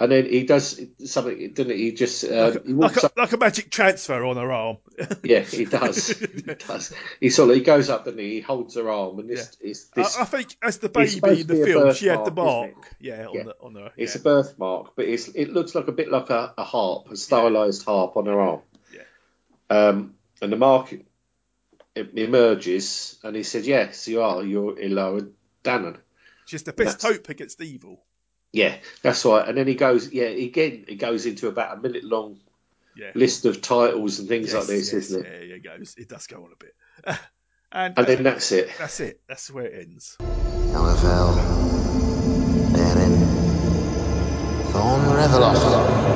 [SPEAKER 3] And then he does something, doesn't he? He just uh, he
[SPEAKER 2] Like
[SPEAKER 3] walks
[SPEAKER 2] a,
[SPEAKER 3] up.
[SPEAKER 2] like a magic transfer on her arm.
[SPEAKER 3] Yeah, he does. he does. He sort of he goes up and he holds her arm, and this is this.
[SPEAKER 2] I, I think as the
[SPEAKER 3] It's
[SPEAKER 2] baby in
[SPEAKER 3] supposed to
[SPEAKER 2] the
[SPEAKER 3] be a
[SPEAKER 2] film, she had the
[SPEAKER 3] birthmark,
[SPEAKER 2] mark.
[SPEAKER 3] isn't
[SPEAKER 2] Yeah, on,
[SPEAKER 3] Yeah.
[SPEAKER 2] The, on her.
[SPEAKER 3] It's a birthmark, but it's it looks like a bit like a, a harp, a stylized harp on her arm. Yeah. Um, and the mark it emerges, and he said, "Yes, you are. You're Eloa Dannon."
[SPEAKER 2] She's the best hope against evil.
[SPEAKER 3] Yeah, that's right. And then he goes, yeah, again, it goes into about a minute long
[SPEAKER 2] Yeah.
[SPEAKER 3] list of titles and things like
[SPEAKER 2] Yes,
[SPEAKER 3] this,
[SPEAKER 2] yes,
[SPEAKER 3] isn't it?
[SPEAKER 2] Yeah, yeah, it goes. It does go on a bit. and, uh,
[SPEAKER 3] And then that's it.
[SPEAKER 2] That's it. That's where it ends.
[SPEAKER 15] LFL. Darren. Thorn Reveloff.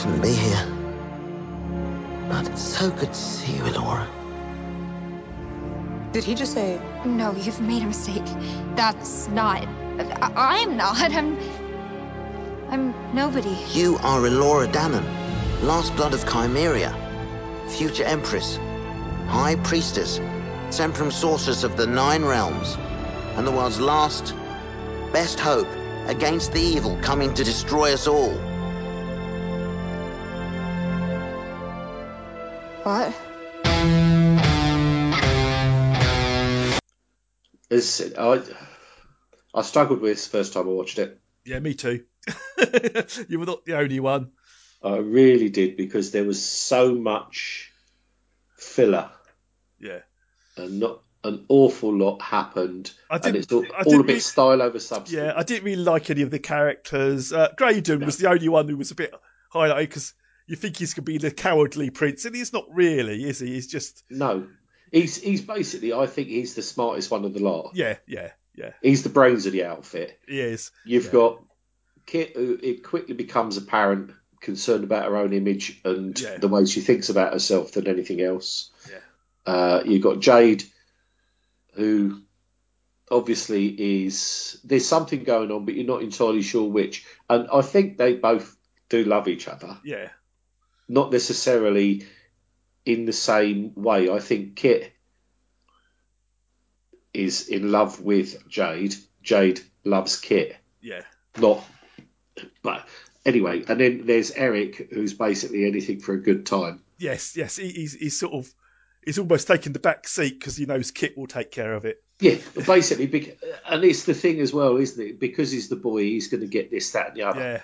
[SPEAKER 15] couldn't be here. But it's so good to see you, Elora.
[SPEAKER 12] Did he just say? No, you've made a mistake. That's not. I, I am not. I'm. I'm nobody.
[SPEAKER 15] You are Elora Dannon, Last Blood of Chimeria, future Empress, High Priestess, Temporum Sorceress of the Nine Realms, and the world's last, best hope against the evil coming to destroy us all.
[SPEAKER 12] What?
[SPEAKER 3] As I, I struggled with this first time I watched it.
[SPEAKER 2] Yeah, me too. you were not the only one.
[SPEAKER 3] I really did because there was so much filler
[SPEAKER 2] Yeah.
[SPEAKER 3] and not an awful lot happened.
[SPEAKER 2] I
[SPEAKER 3] and
[SPEAKER 2] didn't-
[SPEAKER 3] it's all,
[SPEAKER 2] I
[SPEAKER 3] all a
[SPEAKER 2] didn't
[SPEAKER 3] bit
[SPEAKER 2] re-
[SPEAKER 3] style over substance.
[SPEAKER 2] Yeah, I didn't really like any of the characters. Uh, Graydon was the only one who was a bit highlighted because you think he's going to be the cowardly prince, and he's not really, is he? He's just.
[SPEAKER 3] No. He's he's basically I think he's the smartest one of the lot.
[SPEAKER 2] Yeah, yeah, yeah.
[SPEAKER 3] He's the brains of the outfit.
[SPEAKER 2] He is.
[SPEAKER 3] You've got Kit who it quickly becomes apparent concerned about her own image and
[SPEAKER 2] Yeah.
[SPEAKER 3] the way she thinks about herself than anything else.
[SPEAKER 2] Yeah.
[SPEAKER 3] Uh, you've got Jade who obviously is there's something going on but you're not entirely sure which and I think they both do love each other
[SPEAKER 2] Yeah.
[SPEAKER 3] not necessarily in the same way. I think Kit is in love with Jade. Jade loves Kit,
[SPEAKER 2] Yeah.
[SPEAKER 3] not. But anyway, and then there's Eric, who's basically anything for a good time.
[SPEAKER 2] Yes, yes. He, he's, he's sort of. He's almost taking the back seat because he knows Kit will take care of it.
[SPEAKER 3] Yeah, but basically, bec- and it's the thing as well, isn't it? Because he's the boy, he's going to get this, that, and the other.
[SPEAKER 2] Yeah.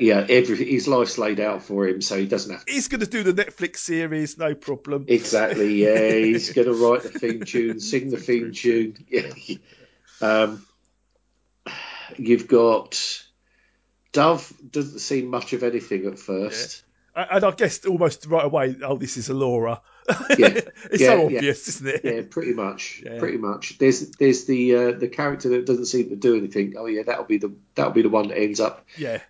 [SPEAKER 3] Yeah, every, his life's laid out for him, so he doesn't have to.
[SPEAKER 2] He's going to do the Netflix series, no problem.
[SPEAKER 3] Exactly. Yeah, he's going to write the theme tune, sing the theme tune. Yeah. Um, you've got Dove doesn't seem much of anything at first.
[SPEAKER 2] A- And I guessed almost right away, oh, this is Alora.
[SPEAKER 3] Yeah.
[SPEAKER 2] it's
[SPEAKER 3] Yeah,
[SPEAKER 2] so
[SPEAKER 3] yeah.
[SPEAKER 2] obvious, isn't it?
[SPEAKER 3] Yeah, pretty much.
[SPEAKER 2] Yeah.
[SPEAKER 3] Pretty much. There's there's the uh, the character that doesn't seem to do anything. Oh yeah, that'll be the that'll be the one that ends up
[SPEAKER 2] Yeah.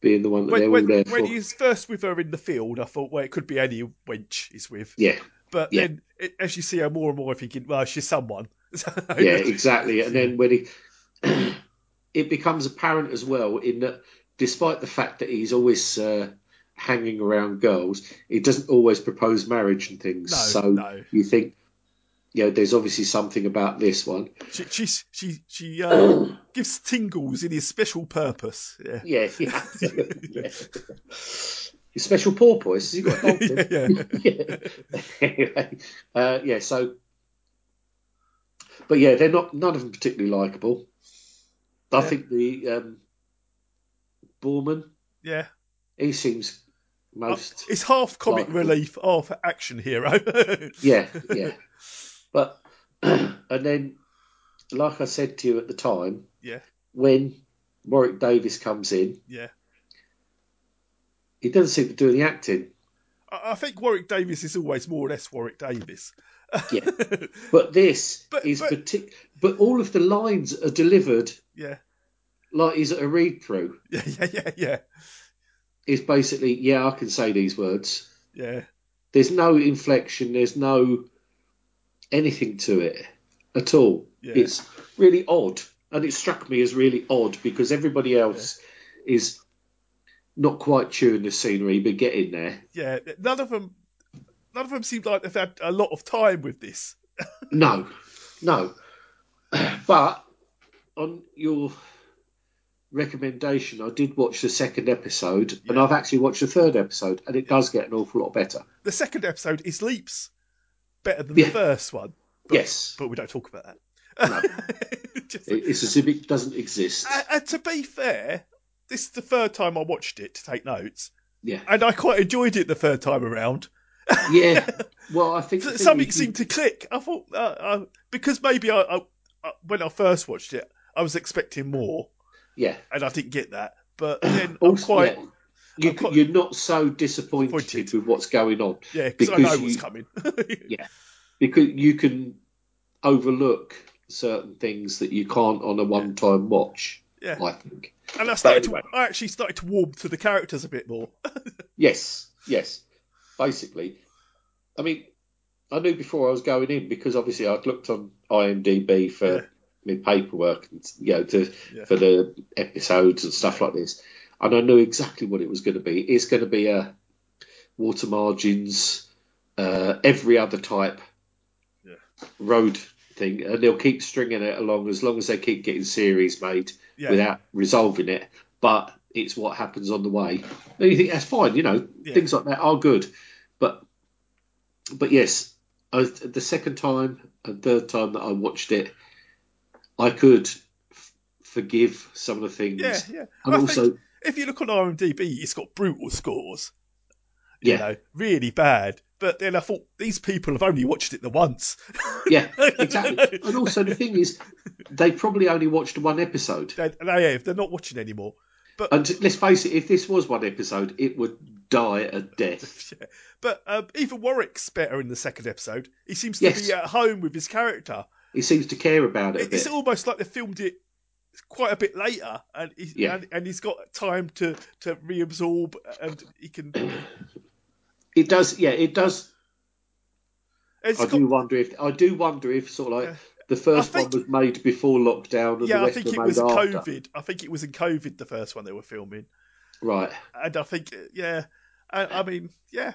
[SPEAKER 3] being the one that
[SPEAKER 2] When,
[SPEAKER 3] they're all
[SPEAKER 2] when,
[SPEAKER 3] there
[SPEAKER 2] when
[SPEAKER 3] for.
[SPEAKER 2] he's first with her in the field, I thought, well, it could be any wench he's with.
[SPEAKER 3] Yeah.
[SPEAKER 2] But
[SPEAKER 3] Yeah.
[SPEAKER 2] then it, as you see her more and more, you're thinking, well, she's someone. So-
[SPEAKER 3] yeah, exactly. And then when he, it becomes apparent as well in that, despite the fact that he's always uh, hanging around girls, he doesn't always propose marriage and things.
[SPEAKER 2] No,
[SPEAKER 3] so
[SPEAKER 2] no.
[SPEAKER 3] you think, you know, there's obviously something about this one.
[SPEAKER 2] She, she, she, she uh, gives tingles in his special purpose. Yeah.
[SPEAKER 3] Yeah, yeah. yeah. His special porpoise. Has he got a dolphin? yeah. anyway, uh, yeah. So, but yeah, they're not. None of them particularly likable. I
[SPEAKER 2] Yeah.
[SPEAKER 3] think the um, Borman.
[SPEAKER 2] Yeah.
[SPEAKER 3] He seems most.
[SPEAKER 2] It's half comic
[SPEAKER 3] Likable.
[SPEAKER 2] relief, half action hero.
[SPEAKER 3] yeah, yeah. But and then, like I said to you at the time,
[SPEAKER 2] Yeah.
[SPEAKER 3] when Warwick Davis comes in,
[SPEAKER 2] Yeah.
[SPEAKER 3] he doesn't seem to do any acting.
[SPEAKER 2] I, I think Warwick Davis is always more or less Warwick Davis.
[SPEAKER 3] Yeah. But this
[SPEAKER 2] But-
[SPEAKER 3] is
[SPEAKER 2] but-
[SPEAKER 3] partic- but all of the lines are delivered
[SPEAKER 2] Yeah.
[SPEAKER 3] like he's at a read through.
[SPEAKER 2] Yeah, yeah, yeah, yeah.
[SPEAKER 3] It's basically, yeah, I can say these words.
[SPEAKER 2] Yeah.
[SPEAKER 3] There's no inflection, there's no anything to it at all.
[SPEAKER 2] Yeah.
[SPEAKER 3] It's really odd. And it struck me as really odd because everybody else is not quite chewing the scenery but getting there.
[SPEAKER 2] Yeah. None of them none of them seem like they've had a lot of time with this.
[SPEAKER 3] No, no. But on your recommendation, I did watch the second episode, and I've actually watched the third episode, and it does get an awful lot better.
[SPEAKER 2] The second episode is leaps better than
[SPEAKER 3] Yeah.
[SPEAKER 2] the first one.
[SPEAKER 3] yes,
[SPEAKER 2] But we don't talk about that. Just-
[SPEAKER 3] it- it's as if it doesn't exist.
[SPEAKER 2] and, and to be fair, this is the third time I watched it to take notes.
[SPEAKER 3] Yeah.
[SPEAKER 2] And I quite enjoyed it the third time around.
[SPEAKER 3] Yeah. Well, I think the
[SPEAKER 2] S-
[SPEAKER 3] thing
[SPEAKER 2] Something
[SPEAKER 3] is-
[SPEAKER 2] seemed to click. I thought, uh, uh, because maybe I, I, I, when I first watched it, I was expecting more,
[SPEAKER 3] Yeah.
[SPEAKER 2] and I didn't get that. But then I'm
[SPEAKER 3] Also,
[SPEAKER 2] quite,
[SPEAKER 3] yeah, You, you're not so disappointed, with what's going on.
[SPEAKER 2] yeah, because I know what's
[SPEAKER 3] you-
[SPEAKER 2] coming.
[SPEAKER 3] yeah, because you can overlook certain things that you can't on a one-time watch.
[SPEAKER 2] Yeah.
[SPEAKER 3] I think.
[SPEAKER 2] And I
[SPEAKER 3] But
[SPEAKER 2] started
[SPEAKER 3] anyway.
[SPEAKER 2] to, I actually started to warm to the characters a bit more.
[SPEAKER 3] Yes, yes. Basically, I mean, I knew before I was going in because obviously I'd looked on IMDb for my paperwork, and, you know, to
[SPEAKER 2] Yeah.
[SPEAKER 3] for the episodes and stuff like this, and I knew exactly what it was going to be. It's going to be a water margins, uh, every other type road thing, and they'll keep stringing it along as long as they keep getting series made
[SPEAKER 2] Yeah.
[SPEAKER 3] without resolving it. But it's what happens on the way. And you think that's fine, you know,
[SPEAKER 2] Yeah.
[SPEAKER 3] things like that are good. But but yes, I, the second time and third time that I watched it, I could f- forgive some of the things.
[SPEAKER 2] Yeah, yeah.
[SPEAKER 3] And
[SPEAKER 2] I
[SPEAKER 3] also,
[SPEAKER 2] think if you look on IMDb, it's got brutal scores. You
[SPEAKER 3] Yeah.
[SPEAKER 2] know, really bad. But then I thought these people have only watched it the once.
[SPEAKER 3] yeah, exactly. and also, the thing is, they probably only watched one episode.
[SPEAKER 2] They, they have. They're not watching anymore. But
[SPEAKER 3] and let's face it, if this was one episode, it would die a death.
[SPEAKER 2] But um, even Warwick's better in the second episode. He seems to
[SPEAKER 3] Yes.
[SPEAKER 2] be at home with his character.
[SPEAKER 3] He seems to care about it a
[SPEAKER 2] It- It's
[SPEAKER 3] bit.
[SPEAKER 2] almost like they filmed it quite a bit later, and he,
[SPEAKER 3] Yeah.
[SPEAKER 2] and, and he's got time to to reabsorb, and he can.
[SPEAKER 3] It does, yeah, it does.
[SPEAKER 2] It's
[SPEAKER 3] I
[SPEAKER 2] got-
[SPEAKER 3] do wonder if I do wonder if sort of like the first one was made before lockdown and
[SPEAKER 2] yeah,
[SPEAKER 3] the
[SPEAKER 2] I
[SPEAKER 3] rest
[SPEAKER 2] think
[SPEAKER 3] were
[SPEAKER 2] it
[SPEAKER 3] made
[SPEAKER 2] was
[SPEAKER 3] after.
[SPEAKER 2] COVID. I think it was in COVID the first one they were filming,
[SPEAKER 3] Right.
[SPEAKER 2] and I think uh, yeah, I, I mean yeah,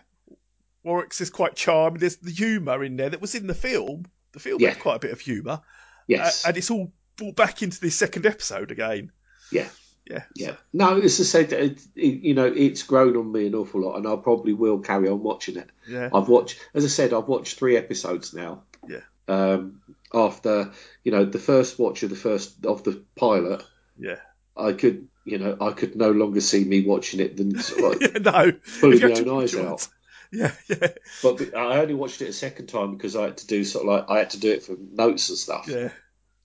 [SPEAKER 2] Warwick's is quite charming. There's the humour in there that was in the film. The film
[SPEAKER 3] Yeah.
[SPEAKER 2] had quite a bit of humour.
[SPEAKER 3] Yes.
[SPEAKER 2] Uh, and it's all brought back into this second episode again.
[SPEAKER 3] Yeah.
[SPEAKER 2] Yeah,
[SPEAKER 3] Yeah. No, as I said, it, it, you know, it's grown on me an awful lot, and I probably will carry on watching it.
[SPEAKER 2] yeah,
[SPEAKER 3] I've watched, as I said, I've watched three episodes now.
[SPEAKER 2] yeah.
[SPEAKER 3] Um, after you know the first watch of the first of the pilot,
[SPEAKER 2] Yeah.
[SPEAKER 3] I could you know I could no longer see me watching it than sort of like
[SPEAKER 2] Yeah, no.
[SPEAKER 3] pulling
[SPEAKER 2] If you
[SPEAKER 3] my
[SPEAKER 2] have to
[SPEAKER 3] own Oh. eyes
[SPEAKER 2] enjoy
[SPEAKER 3] out.
[SPEAKER 2] Yeah, yeah,
[SPEAKER 3] But be- I only watched it a second time because I had to do sort of like I had to do it for notes and stuff.
[SPEAKER 2] yeah.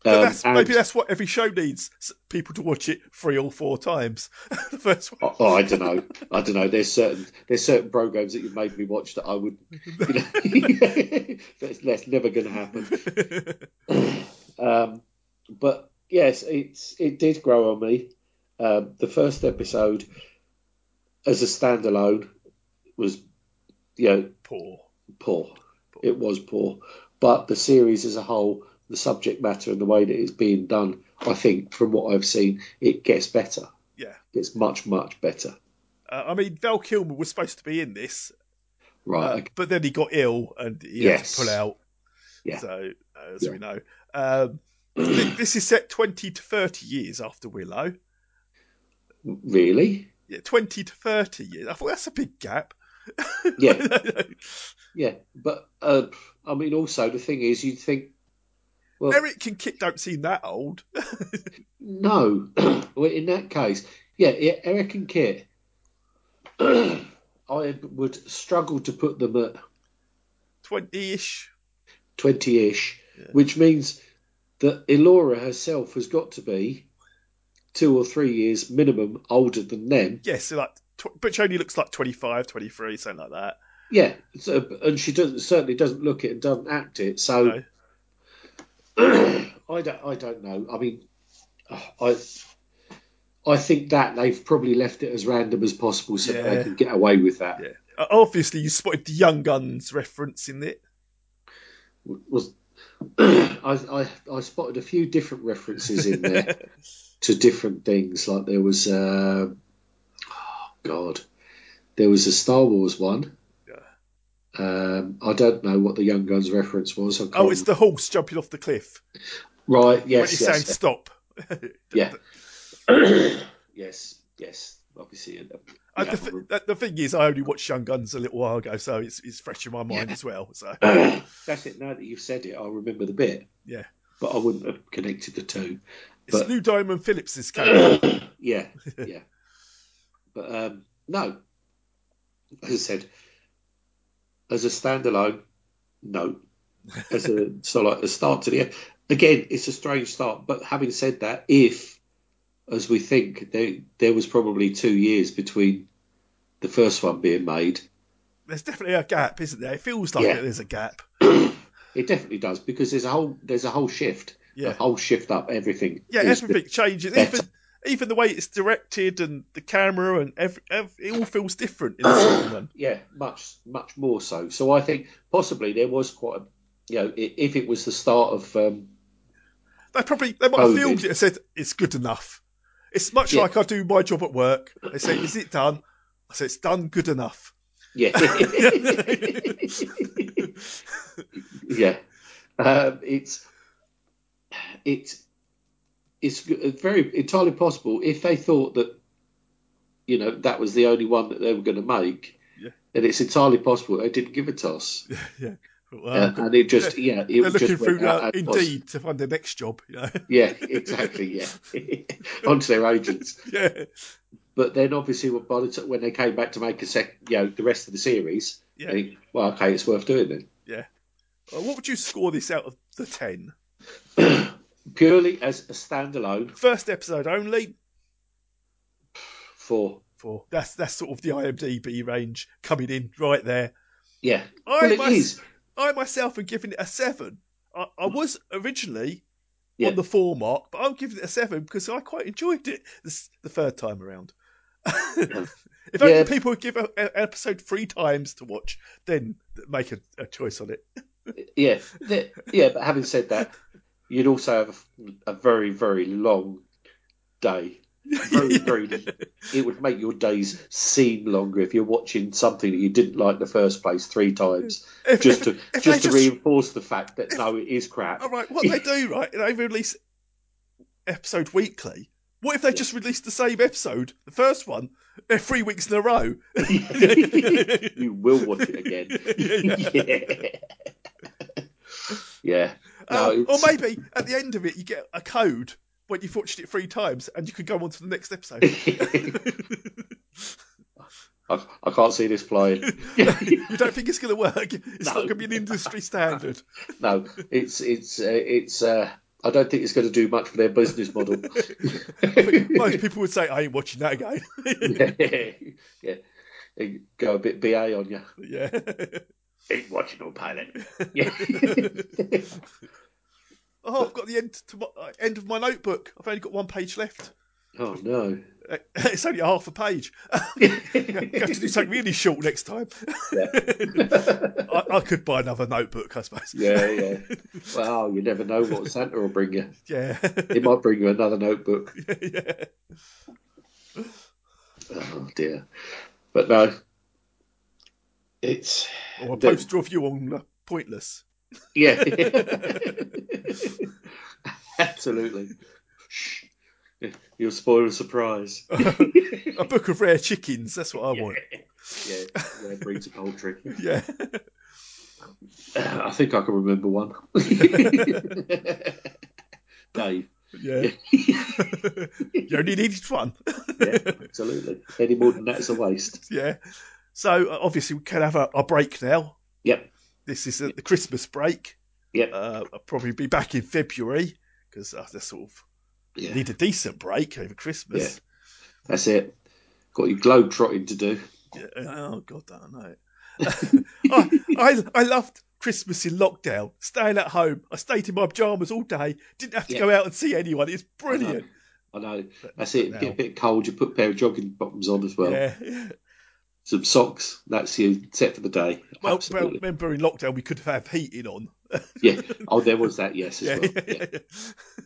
[SPEAKER 2] But
[SPEAKER 3] Um,
[SPEAKER 2] that's,
[SPEAKER 3] and-
[SPEAKER 2] maybe that's what every show needs s- people to watch it three or four times. the first one.
[SPEAKER 3] Oh, I don't know. I don't know. There's certain there's certain programs that you've made me watch that I would. You know, that's, that's never going to happen. Oh. um, but yes, it's it did grow on me. Um, the first episode, as a standalone, was you know
[SPEAKER 2] poor,
[SPEAKER 3] poor. It was poor. But the series as a whole, the subject matter and the way that it's being done, I think from what I've seen, it gets better.
[SPEAKER 2] Yeah.
[SPEAKER 3] It's much much better.
[SPEAKER 2] Uh, I mean, Val Kilmer was supposed to be in this, uh,
[SPEAKER 3] Right.
[SPEAKER 2] but then he got ill and he had
[SPEAKER 3] Yes.
[SPEAKER 2] to pull out.
[SPEAKER 3] Yeah.
[SPEAKER 2] So, uh, as
[SPEAKER 3] Yeah.
[SPEAKER 2] we know, um, th- this is set 20 to 30 years after Willow.
[SPEAKER 3] Really?
[SPEAKER 2] Yeah, 20 to 30 years. I thought that's a big gap.
[SPEAKER 3] Yeah. yeah. But uh, I mean, also the thing is, you'd think, well,
[SPEAKER 2] Eric and Kit don't seem that old.
[SPEAKER 3] no. well, in that case, yeah, yeah Eric and Kit, I would struggle to put them at
[SPEAKER 2] 20 ish.
[SPEAKER 3] twenty-ish, which means that Elora herself has got to be two or three years minimum older than them.
[SPEAKER 2] Yes, so like, tw- but she only looks like 25, 23, something like that.
[SPEAKER 3] Yeah, so, and she doesn't certainly doesn't look it and doesn't act it. So I don't I don't know. I mean, I I think that they've probably left it as random as possible so that
[SPEAKER 2] Yeah.
[SPEAKER 3] they can get away with that.
[SPEAKER 2] Uh, Obviously, you spotted the Young Guns reference in it.
[SPEAKER 3] Was I, I I spotted a few different references in there to different things. Like there was, uh, oh God, there was a Star Wars one. Um, I don't know what the Young Guns reference was. I can't
[SPEAKER 2] Oh, it's the horse jumping off the cliff.
[SPEAKER 3] Right, yes,
[SPEAKER 2] When he's
[SPEAKER 3] yes,
[SPEAKER 2] saying
[SPEAKER 3] yes.
[SPEAKER 2] stop.
[SPEAKER 3] Yeah. yes, yes. Obviously, uh,
[SPEAKER 2] Uh,
[SPEAKER 3] yeah,
[SPEAKER 2] the, th- the- the thing is, I only watched Young Guns a little while ago, so it's, it's fresh in my mind as well. So
[SPEAKER 3] that's it. Now that you've said it, I remember the bit,
[SPEAKER 2] yeah,
[SPEAKER 3] but I wouldn't have connected the two.
[SPEAKER 2] it's
[SPEAKER 3] But
[SPEAKER 2] Lou Diamond Phillips's character.
[SPEAKER 3] yeah, yeah. But um, no, as I said, as a standalone, no. As a so like a start to the ep- again, it's a strange start. But having said that, if as we think there there was probably two years between the first one being made
[SPEAKER 2] there's definitely a gap, isn't there? It feels like
[SPEAKER 3] Yeah.
[SPEAKER 2] there's a gap.
[SPEAKER 3] It definitely does because there's a whole there's a whole shift,
[SPEAKER 2] Yeah.
[SPEAKER 3] a whole shift up everything.
[SPEAKER 2] Yeah,
[SPEAKER 3] is
[SPEAKER 2] everything changes.
[SPEAKER 3] better.
[SPEAKER 2] Even even the way it's directed and the camera and ev- ev- it all feels different in the film. And
[SPEAKER 3] yeah, much much more so. So I think possibly there was quite a, you know, i- if it was the start of um,
[SPEAKER 2] they probably they might have
[SPEAKER 3] Covid.
[SPEAKER 2] filmed it and said it's good enough. It's much
[SPEAKER 3] Yeah.
[SPEAKER 2] like I do my job at work. They say, "Is it done?" I say, "It's done. Good enough."
[SPEAKER 3] yeah, yeah, um, it's it's it's uh, very entirely possible if they thought that you know that was the only one that they were going to make,
[SPEAKER 2] Yeah.
[SPEAKER 3] then it's entirely possible they didn't give a toss.
[SPEAKER 2] yeah. Well,
[SPEAKER 3] Uh, and it just- yeah, it
[SPEAKER 2] they're
[SPEAKER 3] just
[SPEAKER 2] um, looking
[SPEAKER 3] went
[SPEAKER 2] through
[SPEAKER 3] out
[SPEAKER 2] uh,
[SPEAKER 3] and was-
[SPEAKER 2] Indeed to find their next job. You know?
[SPEAKER 3] Yeah, exactly. Yeah, onto their agents.
[SPEAKER 2] Yeah.
[SPEAKER 3] But then obviously, when- by the t- when they came back to make a sec, you know, the rest of the series,
[SPEAKER 2] Yeah.
[SPEAKER 3] they- well, okay, it's worth doing then.
[SPEAKER 2] Yeah. Uh, what would you score this out of the ten?
[SPEAKER 3] Purely as a standalone
[SPEAKER 2] First episode only.
[SPEAKER 3] for
[SPEAKER 2] Four. That's that's sort of the IMDb range coming in right there.
[SPEAKER 3] yeah,
[SPEAKER 2] I,
[SPEAKER 3] well, it
[SPEAKER 2] mys-
[SPEAKER 3] is. Hmm.
[SPEAKER 2] I myself am giving it a seven. I, I was originally
[SPEAKER 3] Yeah.
[SPEAKER 2] on the four mark, but I'm giving it a seven because I quite enjoyed it this, the third time around. if only
[SPEAKER 3] Yeah.
[SPEAKER 2] people would give a, a- an episode three times to watch, then make a, a choice on it.
[SPEAKER 3] Yeah, the- yeah. But having said that, you'd also have a very, very long day. Very, very. It would make your days seem longer if you're watching something that you didn't like in the first place three times,
[SPEAKER 2] If-
[SPEAKER 3] just to
[SPEAKER 2] if
[SPEAKER 3] just
[SPEAKER 2] they
[SPEAKER 3] to
[SPEAKER 2] just-
[SPEAKER 3] reinforce the fact that no, it is crap.
[SPEAKER 2] All right, what they do, right? They release episode weekly. What if they just released the same episode, the first one, eh, three weeks in a row?
[SPEAKER 3] you will watch it again. yeah. oh, yeah. No,
[SPEAKER 2] Um, or
[SPEAKER 3] it's-
[SPEAKER 2] maybe at the end of it, you get a code when you've watched it three times, and you could go on to the next episode.
[SPEAKER 3] I, I can't see this flying.
[SPEAKER 2] you don't think it's going to work? It's not going to be an industry standard.
[SPEAKER 3] No, it's it's uh, it's. Uh, I don't think it's going to do much for their business model.
[SPEAKER 2] Most people would say, "I ain't watching that again."
[SPEAKER 3] yeah. yeah, They go a bit ba on you.
[SPEAKER 2] yeah.
[SPEAKER 3] Ain't watching no pilot.
[SPEAKER 2] Oh, I've got the end to my, uh, end of my notebook. I've only got one page left.
[SPEAKER 3] Oh no.
[SPEAKER 2] Uh, It's only a half a page. you have to do something really short next time. I, I could buy another notebook, I suppose.
[SPEAKER 3] Yeah, yeah. Well, you never know what Santa will bring you.
[SPEAKER 2] Yeah.
[SPEAKER 3] It might bring you another notebook.
[SPEAKER 2] yeah.
[SPEAKER 3] Oh dear. But no, it's
[SPEAKER 2] Or a poster of you on uh, Pointless.
[SPEAKER 3] yeah, absolutely. You'll spoil a surprise.
[SPEAKER 2] a book of rare chickens. That's what I want.
[SPEAKER 3] Yeah, yeah, breeds of poultry. Uh,
[SPEAKER 2] Yeah.
[SPEAKER 3] I think I can remember one. Dave.
[SPEAKER 2] Yeah. you only needed one.
[SPEAKER 3] Yeah, absolutely. Any more than that's a waste.
[SPEAKER 2] Yeah. So uh, obviously we can have a, a break now.
[SPEAKER 3] Yep.
[SPEAKER 2] This is uh the Christmas break.
[SPEAKER 3] Yep.
[SPEAKER 2] Uh, I'll probably be back in February because uh, that's sort of need a decent break over Christmas.
[SPEAKER 3] That's it. Got your globe trotting to do.
[SPEAKER 2] Yeah. Oh God, I know. I, I I loved Christmas in lockdown, staying at home. I stayed in my pajamas all day. Didn't have to
[SPEAKER 3] Yeah.
[SPEAKER 2] go out and see anyone. It's brilliant.
[SPEAKER 3] I know. That's it.
[SPEAKER 2] now-
[SPEAKER 3] Get a bit cold. You put a pair of jogging bottoms on as well.
[SPEAKER 2] Yeah.
[SPEAKER 3] Some socks. That's you set for the day.
[SPEAKER 2] Well, well,
[SPEAKER 3] absolutely.
[SPEAKER 2] remember in lockdown we could have heating on.
[SPEAKER 3] yeah. Oh, there was that. Yes, as
[SPEAKER 2] Yeah,
[SPEAKER 3] well.
[SPEAKER 2] yeah, yeah.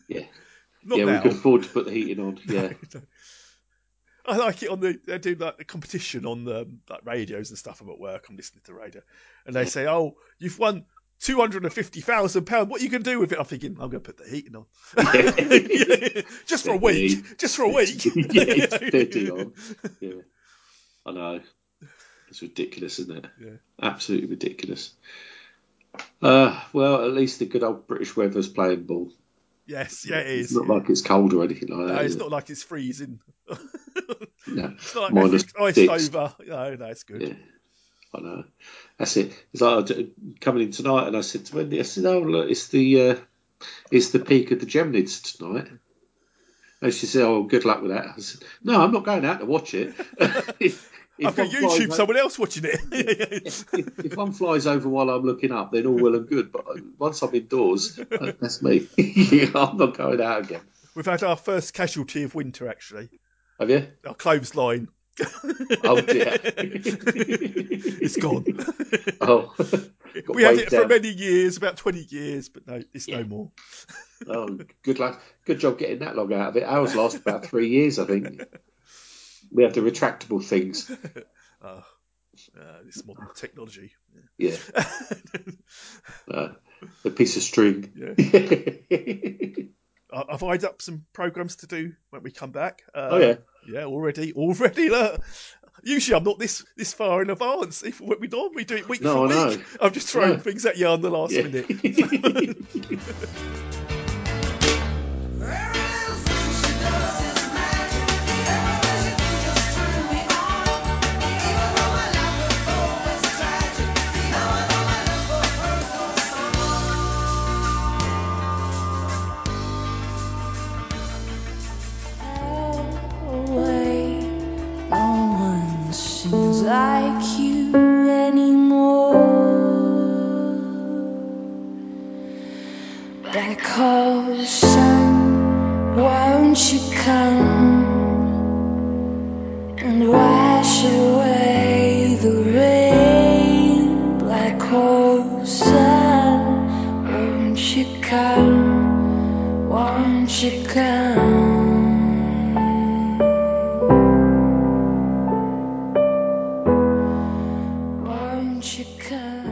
[SPEAKER 3] Yeah.
[SPEAKER 2] Not
[SPEAKER 3] yeah,
[SPEAKER 2] now.
[SPEAKER 3] we could afford to put the heating on. Yeah.
[SPEAKER 2] I like it on the they do like the competition on the like radios and stuff. I'm at work. I'm listening to the radio, and they say, "Oh, you've won." Two hundred and fifty thousand pounds. What are you going to do with it? I'm thinking I'm going to put the heating on, just for a week. Just for a week.
[SPEAKER 3] yeah, it's dirty on. Yeah. I know. It's ridiculous, isn't it?
[SPEAKER 2] Yeah.
[SPEAKER 3] Absolutely ridiculous. Uh, well, at least the good old British weather's playing ball.
[SPEAKER 2] Yes, yeah, it is.
[SPEAKER 3] It's not like it's cold or anything like
[SPEAKER 2] No,
[SPEAKER 3] that.
[SPEAKER 2] it's
[SPEAKER 3] is
[SPEAKER 2] not like it's freezing.
[SPEAKER 3] it? No.
[SPEAKER 2] It's not like
[SPEAKER 3] Minus
[SPEAKER 2] everything's iced
[SPEAKER 3] six.
[SPEAKER 2] over. No, no, it's good.
[SPEAKER 3] Yeah. I know. uh, That's it. It's like I d- coming in tonight, and I said to Wendy, I said, "Oh look, it's the uh, it's the peak of the Geminids tonight." And she said, "Oh, good luck with that." I said, "No, I'm not going out to watch it. if, if
[SPEAKER 2] I've got
[SPEAKER 3] one flies
[SPEAKER 2] YouTube.
[SPEAKER 3] o-
[SPEAKER 2] Someone else watching it.
[SPEAKER 3] if, if one flies over while I'm looking up, uh, then all well and good. But once I'm indoors, that's me. I'm not going out again."
[SPEAKER 2] We've had our first casualty of winter, actually.
[SPEAKER 3] Have you?
[SPEAKER 2] Our clothesline.
[SPEAKER 3] Oh dear.
[SPEAKER 2] it's gone.
[SPEAKER 3] Oh.
[SPEAKER 2] we had
[SPEAKER 3] weighed
[SPEAKER 2] it for
[SPEAKER 3] down.
[SPEAKER 2] many years, about 20 years, but no, it's no more.
[SPEAKER 3] Oh, good luck. Good job getting that long out of it. Ours last about three years, I think. We have the retractable things.
[SPEAKER 2] Oh, uh, this modern technology.
[SPEAKER 3] Yeah. No, the piece of string.
[SPEAKER 2] Yeah. Uh, I- I've eyed up some programs to do when we come back. Uh,
[SPEAKER 3] Oh, yeah.
[SPEAKER 2] yeah, already, already. Look. Usually, I'm not this this far in advance. If we don't, we do it week
[SPEAKER 3] No,
[SPEAKER 2] for
[SPEAKER 3] I
[SPEAKER 2] week.
[SPEAKER 3] know.
[SPEAKER 2] I'm just throwing
[SPEAKER 3] No.
[SPEAKER 2] things at you on the last
[SPEAKER 3] Yeah.
[SPEAKER 2] minute.
[SPEAKER 5] away. No one seems like you anymore. Black hole sun, won't you come and wash away the rain? Black hole sun, won't you come? Won't you come? Won't you come?